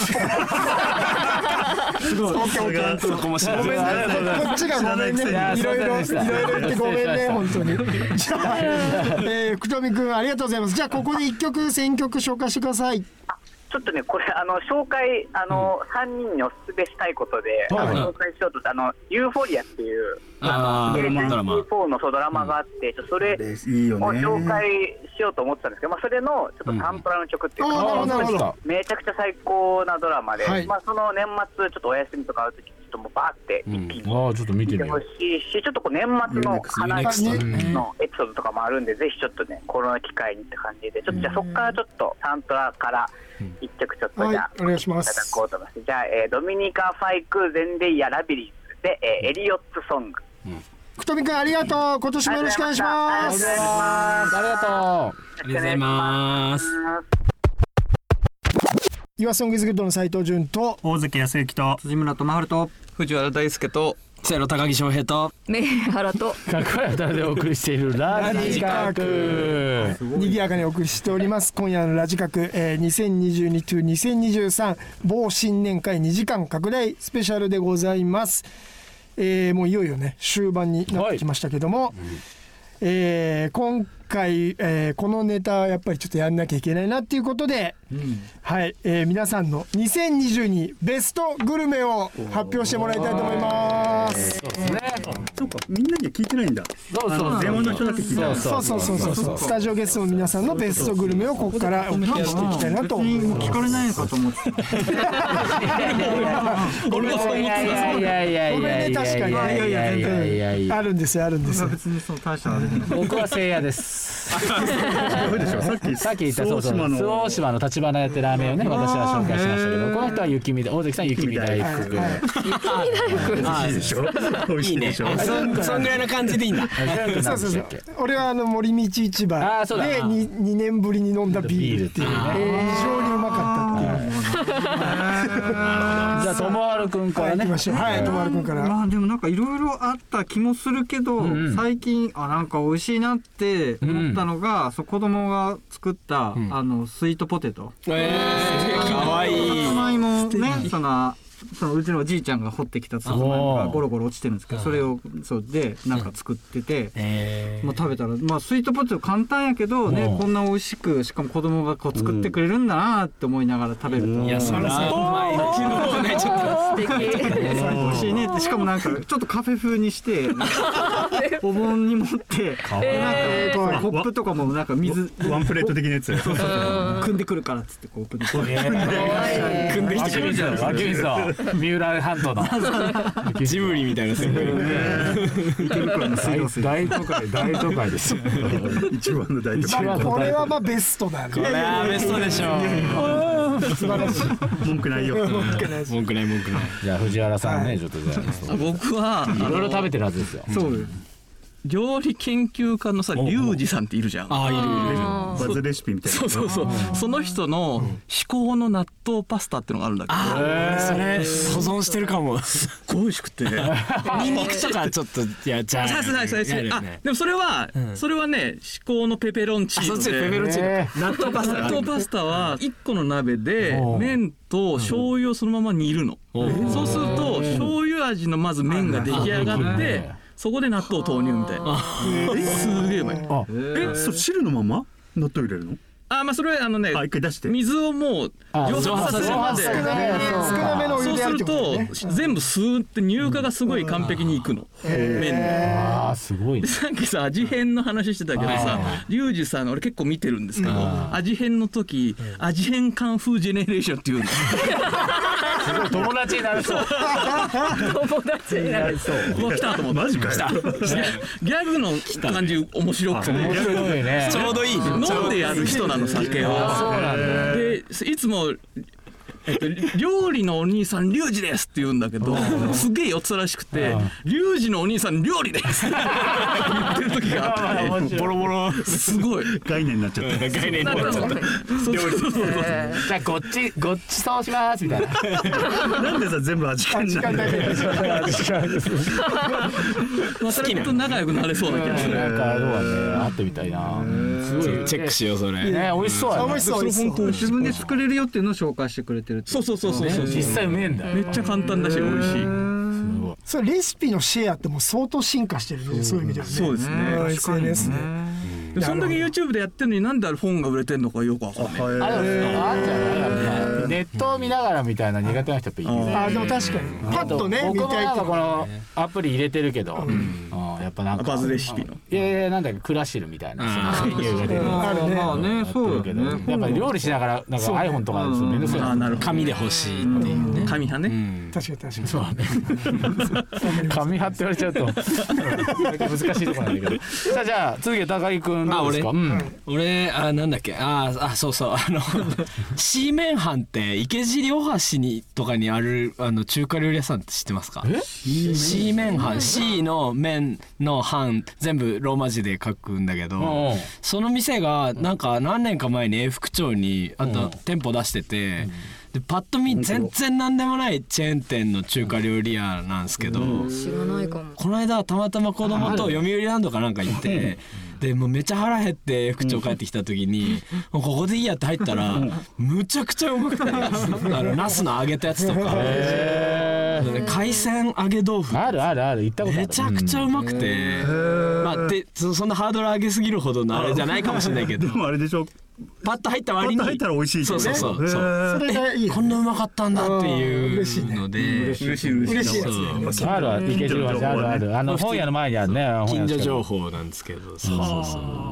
J: ぽい。
H: そこも知ら
B: ごめん
H: ない
B: ねこっちがごめんね
D: 知らないく
B: い
D: せ
B: ろ
D: に
B: いろいろいろ言ってごめんね本当にじゃあ、 えー、福富君ありがとうございますじゃあここで一曲選曲紹介してください
J: ちょっとね、これ、あの紹介、あの、三3人におすすめしたいことで、
D: はい
J: あの紹介しようと、あの、ユーフォリアっていう、
H: あードラマドラマ
J: 4のそうドラマがあって、ちょっとそれを
C: いいよね
J: 紹介しようと思ってたんですけど、まあ、それのちょっとサンプラーの曲っていう
B: あ
J: か、
B: ーなるほどなるほ
J: めちゃくちゃ最高なドラマで、
B: はい
J: まあ、その年末、ちょっとお休みとかあるとき、ちょっともうバーって一気に
D: ああちょっと見て
J: 見て
D: みよ
J: ほ
D: う
J: しいし、ちょっとこう年末の話のエピソードとかもあるんで、ぜひちょっとね、この機会にって感じで、ちょっとじゃあそこからちょっとサントラから一曲ちょっと
B: は
J: じ
B: い
J: ゃあ、
B: お願いしま
J: いただ
B: す
J: こうと思います。じゃあ、えードミニカ・ファイク・ゼンデイヤ・ラビリンスで、えーエリオッツ・ソング。
B: 福富君ありがとう今年もよろしくお願いします
J: ありがとうございます。
D: ありがと
J: あ
K: りがとうございます。
B: 岩ソングズグッドの斉藤潤と
C: 大関康之と
E: 辻村智春と
F: 藤原大輔と
K: せーの高木翔平と
I: 目原と
D: うかっこいい歌でお送りしているラジカク
B: 賑やかにお送りしております今夜のラジカク、えー、2022と2023某新年会2時間拡大スペシャルでございます、えーもういよいよね終盤になってきましたけども、えー今回、えーこのネタはやっぱりちょっとやんなきゃいけないなっていうことで、はい、えー皆さんの2022ベストグルメを発表してもらいたいと思います
C: そうかみんなには聞いてないんだ
D: そうそうそう
C: 電話の人だけ聞いてない
B: そうそうそうそうそうスタジオゲストの皆さんのベストグルメをここからお聞きしていきたいなと思います
E: 聞かれないのかと思って
F: 俺はそう思って
D: いやいやいやいやいやいやいやいやいやいや
B: あるんですよあるんですよ
E: 別にその大したのは出てない
D: 僕は聖夜です
C: そうでしょさっき
D: さっき言ったそうそう
C: の
D: 周防島の立花屋ってラーメンをね私は紹介しましたけ
E: へ
D: ど
E: ー
D: この人は雪見大関さん雪見大福
C: いいでしょ美味しいでしょ
K: そそんぐらいの感じでいいんだ
B: そうそうそう俺はあの森道市
D: あ
B: 場
D: ーそうだ
B: で 2, 2年ぶりに飲んだビールっていうね
D: ビールって
B: 非常にうまかったっていう
D: じゃあ友春くんか
B: は
D: ら
B: い行
D: ね
B: きましょうはい友丸君から
E: まあでもなんかいろいろあった気もするけど、
D: んうん
E: 最近あなんか美味しいなって思ったのが、そう子供が作った、あのスイートポテト。
K: えー、かわ
E: さ
K: いい
E: つまいもねそのそのうちのおじいちゃんが掘ってきたさつまいもが
D: おー
E: ゴロゴロ落ちてるんですけどそれをそうでなんか作ってて、もう食べたらまあスイートポテト簡単やけどね
D: うん
E: こんな美味しくしかも子供がこう作ってくれるんだなって思いながら食べると、
K: いやそらうまい昨日ねちょっと
E: 美味しいねってしかもなんかちょっとカフェ風 にしてなんかお盆に持って
I: えー
E: なんかコップとかもなんか水
C: ワンプレート的なやつ
E: 汲んでくるからっつってこう汲んでくる
K: 組んできてくれるじゃん
D: あきみさん三浦半島の
H: ジブリみたいな世界
E: 池袋の水道水
D: 大都会大都会ですよ
C: 一番の大
D: 一番
C: 体
B: こ
D: の大
B: れ
D: 都
B: はまあベストだね
K: あーベストでしょ
B: 素晴らしい
C: 文句ないよ
H: 文句ない文句ない
D: じゃあ藤原さんねちょっとじゃあ
F: 僕はあの
D: いろいろ食べてるはずですよ
E: そう
F: 料理研究家のさリュウジさんっているじゃん
K: あーいるいる
C: バズレシピみたいな
F: そうそうそうその人の至高の納豆パスタってのがあるんだけど
K: それ保存してるかも
C: すごい美味しくて
K: ニンニクとかちょっといやじゃあ
F: さすがです
K: やるよ
F: あ
K: ね
F: でもそれは、それはね至高のペペロンチー
K: そ
F: ノ
K: っ
F: で
K: ちペペロンチー
D: ね
K: ノ納豆パスタ
F: 納豆パスタは1個の鍋で
D: うん
F: 麺と醤油をそのまま煮るのそうすると醤油味のまず麺が出来上がってそこで納豆を投入みたいなえすげえうまい
D: あ
C: えそう汁のまま納豆入れるの
F: あまあそれはあのね
C: あ一回出して
F: 水をもう
D: あ
F: 蒸発させるまで
D: 蒸発さ
B: 少なめのお湯
F: そう
B: ですやるって
F: る
B: こと
F: と
B: ね
F: 全部吸って乳化がすごい完璧にいくの麺の。
D: あーすごいね
F: でさっきさ味変の話してたけどさリュウジさん俺結構見てるんですけど味変の時味変カンフージェネレーションっていうの
D: 友達になるそう
I: 友達になる
F: うわ来たと思って
C: マジかよ
F: ギャグの感じ面白くて
D: 面白いね
K: ちょうどいい
F: 飲んでやる人なの酒を
D: そうなんだ
F: でいつもえっと、料理のお兄さんリュウジですって言うんだけどすげえ四つらしくてリュウジのお兄さん料理ですって言ってる時があって
C: ボロボロ
F: すごい
C: 概念になっちゃった
H: 概念に
F: なんかそうそうそうそう
D: じゃあごっちごっちそうしますみたいな
C: なんでさ全部味感じなんだよ
F: それと仲良くなれそうな気がする
D: なんかどうだね会ってみたいなすごい
H: チェックしようそれ
D: ね美味しそうや
B: 美
D: ね
B: 味しそう美味しそう
E: 自分で作れるよっていうのを紹介してくれてるって
F: そうそうそうそうそう
D: 実際うめえんだよ
F: めっちゃ簡単だし美味しい
B: それレシピのシェアってもう相当進化してるねそういう意味ではね
F: そうですね
B: ん SNS で
F: でそんだけ YouTube でやってるのになんであれ本が売れてんのかよくわかんない
D: あでもあんじゃないやっぱネットを見ながらみたいな苦手な人やっぱいるよね
B: あでも確かにパッとね
D: 僕
B: 見
D: も
B: たい
D: なん
B: と
D: かこ
B: か
D: のアプリ入れてるけど、うんやっぱなんか
F: バズレシピの
D: いやいやなんだっけクラシルみたいなそのメニューが出る
B: あるね
E: まあねそうだ
D: け
E: よ
D: ど
E: ね
D: やっぱり料理しながらなんか iPhone とかですめんどくさい
F: あーなるほど
H: 紙で欲しいっていうね
F: 紙派ね
B: 確かに確か
D: 紙派って言われちゃうと 難しいところ なんだけどさあじゃあ次は高木君どうですか
H: あ
D: うん
H: 俺あなんだっけああそうそうあ のシーメンハンって池尻大橋にとかにあるあの中華料理屋さんって知ってますかシーメンハン C の麺のハン全部ローマ字で書くんだけ
D: うんうん
H: どその店がなんか何年か前に永福町にあと店舗出してて。でパッと見全然何でもないチェーン店の中華料理屋なんですけど、
I: 知らないかも
H: この間たまたま子供と読売ランドかなんか行ってでもうめちゃ腹減って副長帰ってきた時にもうここでいいやって入ったらむちゃくちゃうまくてあのナスの揚げたやつとか海鮮揚げ豆腐
D: あるあるある行ったことある
H: めちゃくちゃうまくてまあでそそんなハードル上げすぎるほどのあれじゃないかもしれないけ
C: で
H: ど
C: もあれでしょ
H: パッと入った割に
C: 割と入ったら美味しいけ
H: そ
C: ど
H: う
C: ね
H: そうそうそう
C: へ
B: に
C: ー
B: それがいい
H: こんなうまかったんだっていうので
F: 嬉しい嬉しい
B: 嬉しいやつ
H: そう
B: ね
D: あるある池尻大橋あるあるあの本屋の前にあるね
H: 近所
D: 報
H: 情報なんですけどそうそう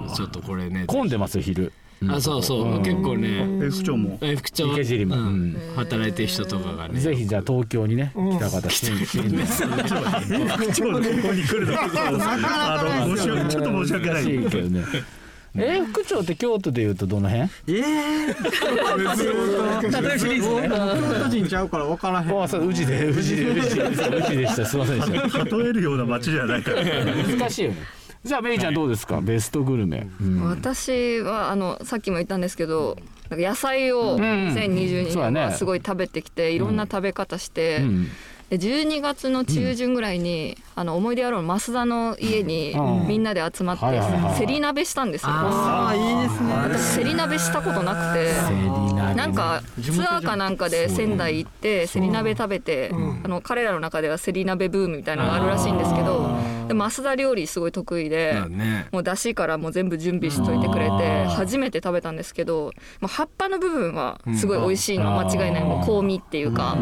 H: そうちょっとこれね
D: 混んでますよ昼
H: あそうそう結構ね
C: え副長も
H: え副長
D: 池尻も
H: うん働いてる人とかがね
D: ぜひじゃあ東京にね来た方新新
C: 副長のここに来るのあの申し訳ちょっと申し訳ない
D: しいけどねえ副長って京都でいうとどの辺
F: 例えシリーズね
E: 京都人ちゃうから分からへん
D: ああそう宇治で宇治で宇治で宇治でしたすいませんでした
C: 例えるような街じゃないから
D: 難しいよねじゃあメイちゃんどうですかベストグルメ
I: 私はあのさっきも言ったんですけどなんか野菜を2022
D: そうだ
I: 年
D: ね
I: はすごい食べてきて、いろんな食べ方して、
D: ん
I: で12月の中旬ぐらいに、あの思い出野郎の増田の家に
D: うん
I: みんなで集まって、
D: はいはいはい
I: セリ鍋したんですよ。
E: ああいいですね
I: 私セリ鍋したことなくて。なんかツアーかなんかで仙台行ってセリ鍋食べて、あの彼らの中ではセリ鍋ブームみたいなのがあるらしいんですけどでも増田料理すごい得意で、
H: ね
I: もう出汁からもう全部準備しといてくれて初めて食べたんですけど、まあ、葉っぱの部分はすごい美味しいのは間違いないもう香味っていうか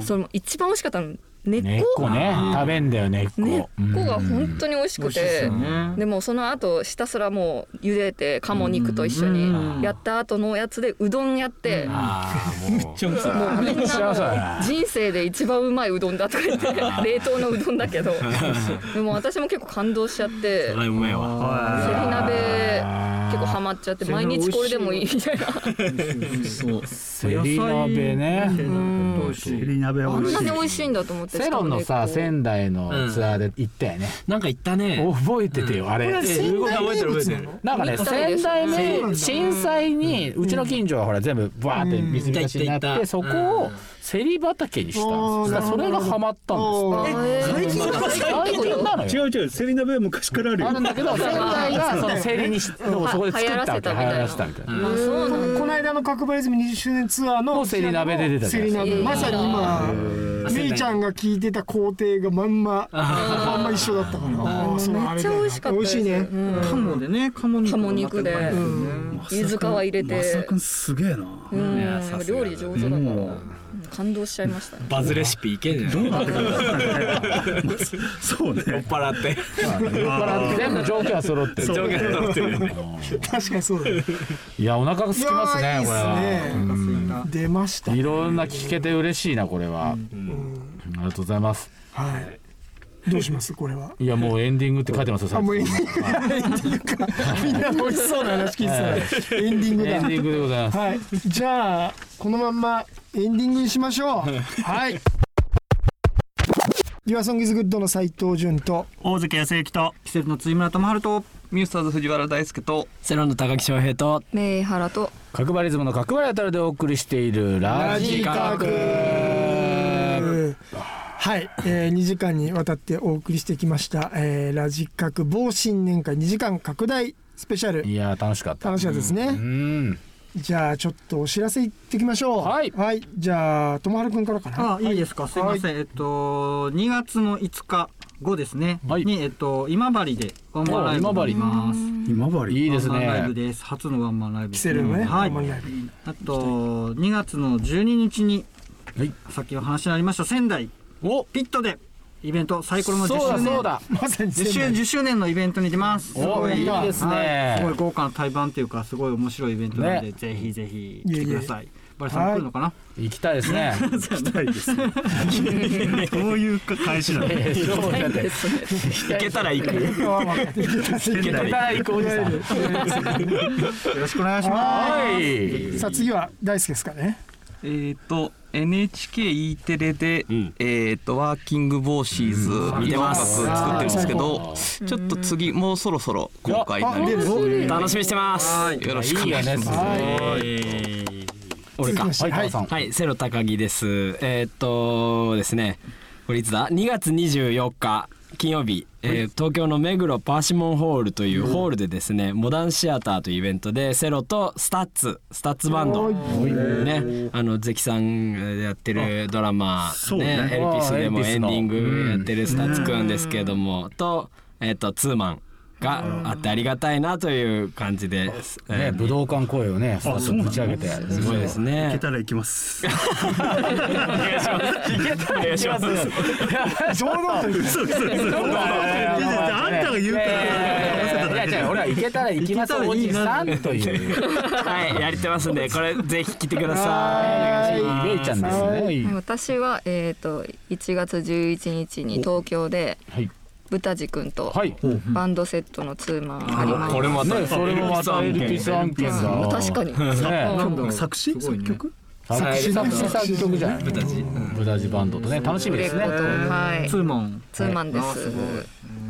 I: その一番美味しかったの根っ
D: 根っこ
I: こ
D: ね食べんだよ根っ
I: 根っ
D: こ
I: こが本当に美味しくて。
E: ね
I: でもその後ひたすらもう茹でて鴨肉と一緒にやった後のやつでうどんやって
H: ああもう
F: ちょっと
I: もうみんなも
D: 幸せだ
I: う
D: な
I: 人生で一番うまいうどんだとか 言って冷凍のうどんだけどでも私も結構感動しちゃって
H: あれうまいわ
I: セリ鍋結構ハマっちゃって毎日これでもいいみたいな
D: セリ鍋ね
E: 美味
C: セ
E: しい
C: リ鍋
I: あ
C: は
I: ん
C: 美味
I: な
C: しい
I: に美味しいんだと思って
D: セロンのさ
I: しかもね
D: 仙台のツアーで行ったよね
H: なんか言ったね
D: 覚えててよあれ
B: 仙台名物なの
D: なんかね
I: 行ったんで
D: 仙
I: すよ
B: そうな
D: 台
B: ん
D: 名
B: だ
D: 震災にうちの近所はほら全部バーって水浸しにな
H: う
D: っ
H: ん行
D: て
H: った
D: そこをセリ畑にしたん
B: あ
D: です
B: ー
D: だからそれがハマったんです
B: おー
I: えー
D: 最近なのよ
C: 違う違うセリ鍋は昔からあるよ
D: あるんだけど仙台がそのセリにしをそこで作ったわけ
I: 流
D: 流
I: 行
D: 行
I: ら
D: ら
I: せ
D: せ
I: た
D: た
I: み
D: み
I: た
D: たい
B: こ
D: な
B: のこの間の角張泉20周年ツアーの
D: のセリ鍋で出たじ
B: セ
D: ゃな
B: リ
D: いですか
B: 鍋まさに今メイちゃんが聞いてた工程がまんままんま一緒だったからあーそう
I: めっ
B: あれ
I: ち
B: だ
I: ゃ美
B: よな
I: 味しかったで
B: 美味
I: す
B: しいね
I: うん
E: 鴨でね鴨肉
I: 鴨肉で柚子皮入れ
C: まさ
I: て
C: くんすげえな
I: うん
H: やさすが
I: 料
H: だ
I: 理上手だからうん感動しちゃいましたね
H: バズレシピいけんじゃない
C: そ
H: 酔っ
C: うね
H: 払って
D: 全部条件は揃ってる
H: 上下揃ってるよね
B: 確かにそうだよ
D: いやお腹が空きますねこれは
E: お腹空いた
B: 出ました
D: いろんな聞けて嬉しいなこれはありがとうございます
B: はいどうしますこれはい
D: やもうエンディングって書いてますよさ
B: あ
D: っき
B: もうエンディングかみんな美味しそうな話聞いてたらエンディング
D: エ
B: だ
D: ンディングでございます
B: はいじゃあこのまんまエンディングにしましょうはい「YourSongIsGood」の斉藤潤と
C: 大関康之と
E: 季節の辻村智春と
F: ミュースターズ藤原大輔と
K: セロンの高木翔平と
I: メイハラと
D: 角張リズムの角張りあたるでお送りしているラジカク
B: はい、えー、2時間にわたってお送りしてきました「えー、ラジカク防新年会2時間拡大スペシャル
D: いやー楽しかった
B: 楽しかったですね
D: うん
B: じゃあちょっとお知らせいってきましょう
D: はい
B: じゃあ友春くんからかな
E: あ、いいですか。すいません。えっと2月の5日後ですね。
D: はい
E: にえっと今治でワンマンライブ
D: お今
E: が
D: 治
E: います。
C: 今治
D: いいです
E: ワンマンライ
D: ね
E: ブです。初のワンマンライブで
B: キ
E: す
B: セ
E: ね。
B: ルのね、
E: はい。
B: マンライブ
E: あと2月の12日に、
D: はい
E: さっきお話にありました仙台
D: お
E: ピットでイベントサイコロの
D: そう
E: 10
D: だ
E: 周
D: そ
B: ま
E: 年
D: うだ
B: さに
E: 10周10周年のイベントに出ます。す
D: お
E: ご
D: いいです
E: は
D: ね
E: いすごい豪華な対バンというかすごい面白いイベントなので、
D: ね
E: ぜひぜひ来てください。バリさん来るのかな？
D: 行きたいですね
C: たいですね どういう返しなの
D: えーそうだって
H: 行けた ら行く
D: 行けたら行くおじさん
E: よろしくお願いします。
D: はい
B: さあ次は大輔ですかね
F: えっ、と NHKE テレで、
H: ん
F: えっ、とワーキングボーシーズ見てます作ってるんですけどちょっと次もうそろそろ公開になります
H: 楽しみにしてます
F: よろしくお願いします
H: 俺か
B: 続きまして
D: はい
B: は
D: 母さん
H: はい、セロ高木です。えーっとですね、これいつだ ?2 月24日金曜日、えー東京の目黒パーシモンホールというホールでですね、モダンシアターというイベントでセロとスタッツ、スタッツバンド、ね、あのゼキさんがやってるドラマ
C: そう
H: ね、
C: ね
H: エルピスでも
D: あ
H: エ
D: ーエルピス
H: ンデ
D: の
H: ィングやってるスタッツくんですけども、とえーっとツーマン。があってありがたいなという感じです。え
D: ね
H: ー
D: 武道館声をねスタッフぶち上げて
H: すごいですね。
C: 行けたら行きます
H: お願いします。
B: 堂々と言う
C: いやいやあんたが言うから合わせただけ
D: いや
C: で
D: いや俺は行けたら行きますおじさんという
H: はい、やりてますんで、これぜひ来てください。
D: レイちゃんですね
I: 私はえっ、と1月11日に東京で
D: はい
I: 豚地くんと
D: はい
I: バンドセットのツーマンあります。
H: これも
D: ねそれもまたエルピス案件だ
I: 確かに。
D: ね
C: 作詞作曲
D: 作詞作詞作曲じゃないブダジブダジバンドとね楽しみです
I: レコー
D: ね
I: ドはい
E: ツ。ーマン。
I: ツーマンです。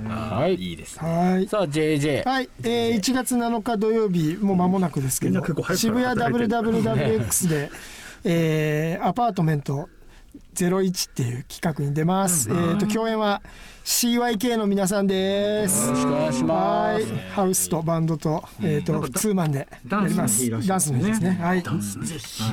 D: はいいいです
B: はい
D: さあ JJ
B: はい、えー、1月7日土曜日もう間もなくですけ
C: みん
B: ど
C: な結構早く
B: 渋
C: から
B: 谷
C: 働いてる
B: WWWX で、えー、アパートメント01っていう企画に出ます、えー、と共演は CYK の皆さんです
D: よろしくお願いしま
B: はい
D: す
B: ハウスとバンドと,、えー、とツーマンでやりますダンスの日ですねはい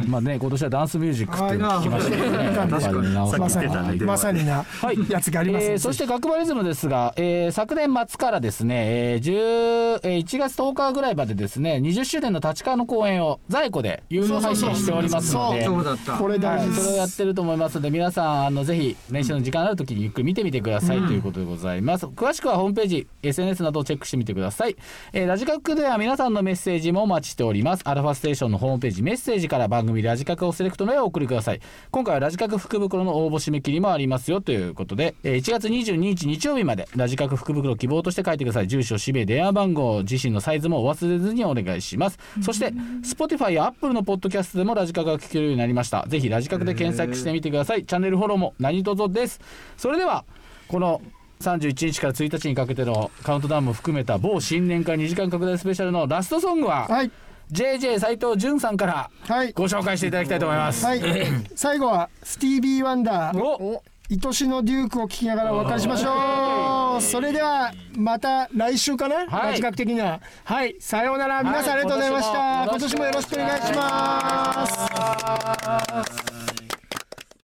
D: まあね今年はダンスミュージックっていうの聞きましたけどね
B: はい
D: 確かに直
B: ま
D: さ
B: さ
D: ないと
B: にまさになやつがあります、
D: えーそして学バリズムですが、えー昨年末からですね、えー10えー1月10日ぐらいまでですね20周年の立川の公演を在庫で有料配信しておりますので。
E: そうだった。
B: これ大
D: はい
B: 事で
D: それを
B: す、
D: やってると思いますので皆さんあのぜひ練習の時間ある時にゆっくり見てみてください、ということでございます詳しくはホームページ SNS などをチェックしてみてください、えーラジカクでは皆さんのメッセージもお待ちしておりますアルファステーションのホームページメッセージから番組ラジカクをセレクトの絵をお送りください今回はラジカク福袋の応募締め切りもありますよということで、えー1月22日日曜日までラジカク福袋希望として書いてください住所氏名電話番号自身のサイズもお忘れずにお願いしますそして Spotify や Apple のポッドキャストでもラジカクが聞けるようになりましたぜひラジカクで検索してみてくださいチャンネルフォローも何卒ですそれではこの31日から1日にかけてのカウントダウンも含めた某新年会2時間拡大スペシャルのラストソングは、
B: はい
D: JJ 斉藤潤さんから
B: はい
D: ご紹介していただきたいと思います、
B: はい、最後はスティービー・ワンダー
D: お
B: 愛しのデュークを聞きながらお別れしましょうそれではまた来週かな、
D: はい
B: ラジカク的にははいさようなら皆さんありがとうございました、
D: はい
B: 今年もよろしくお願いします
D: あ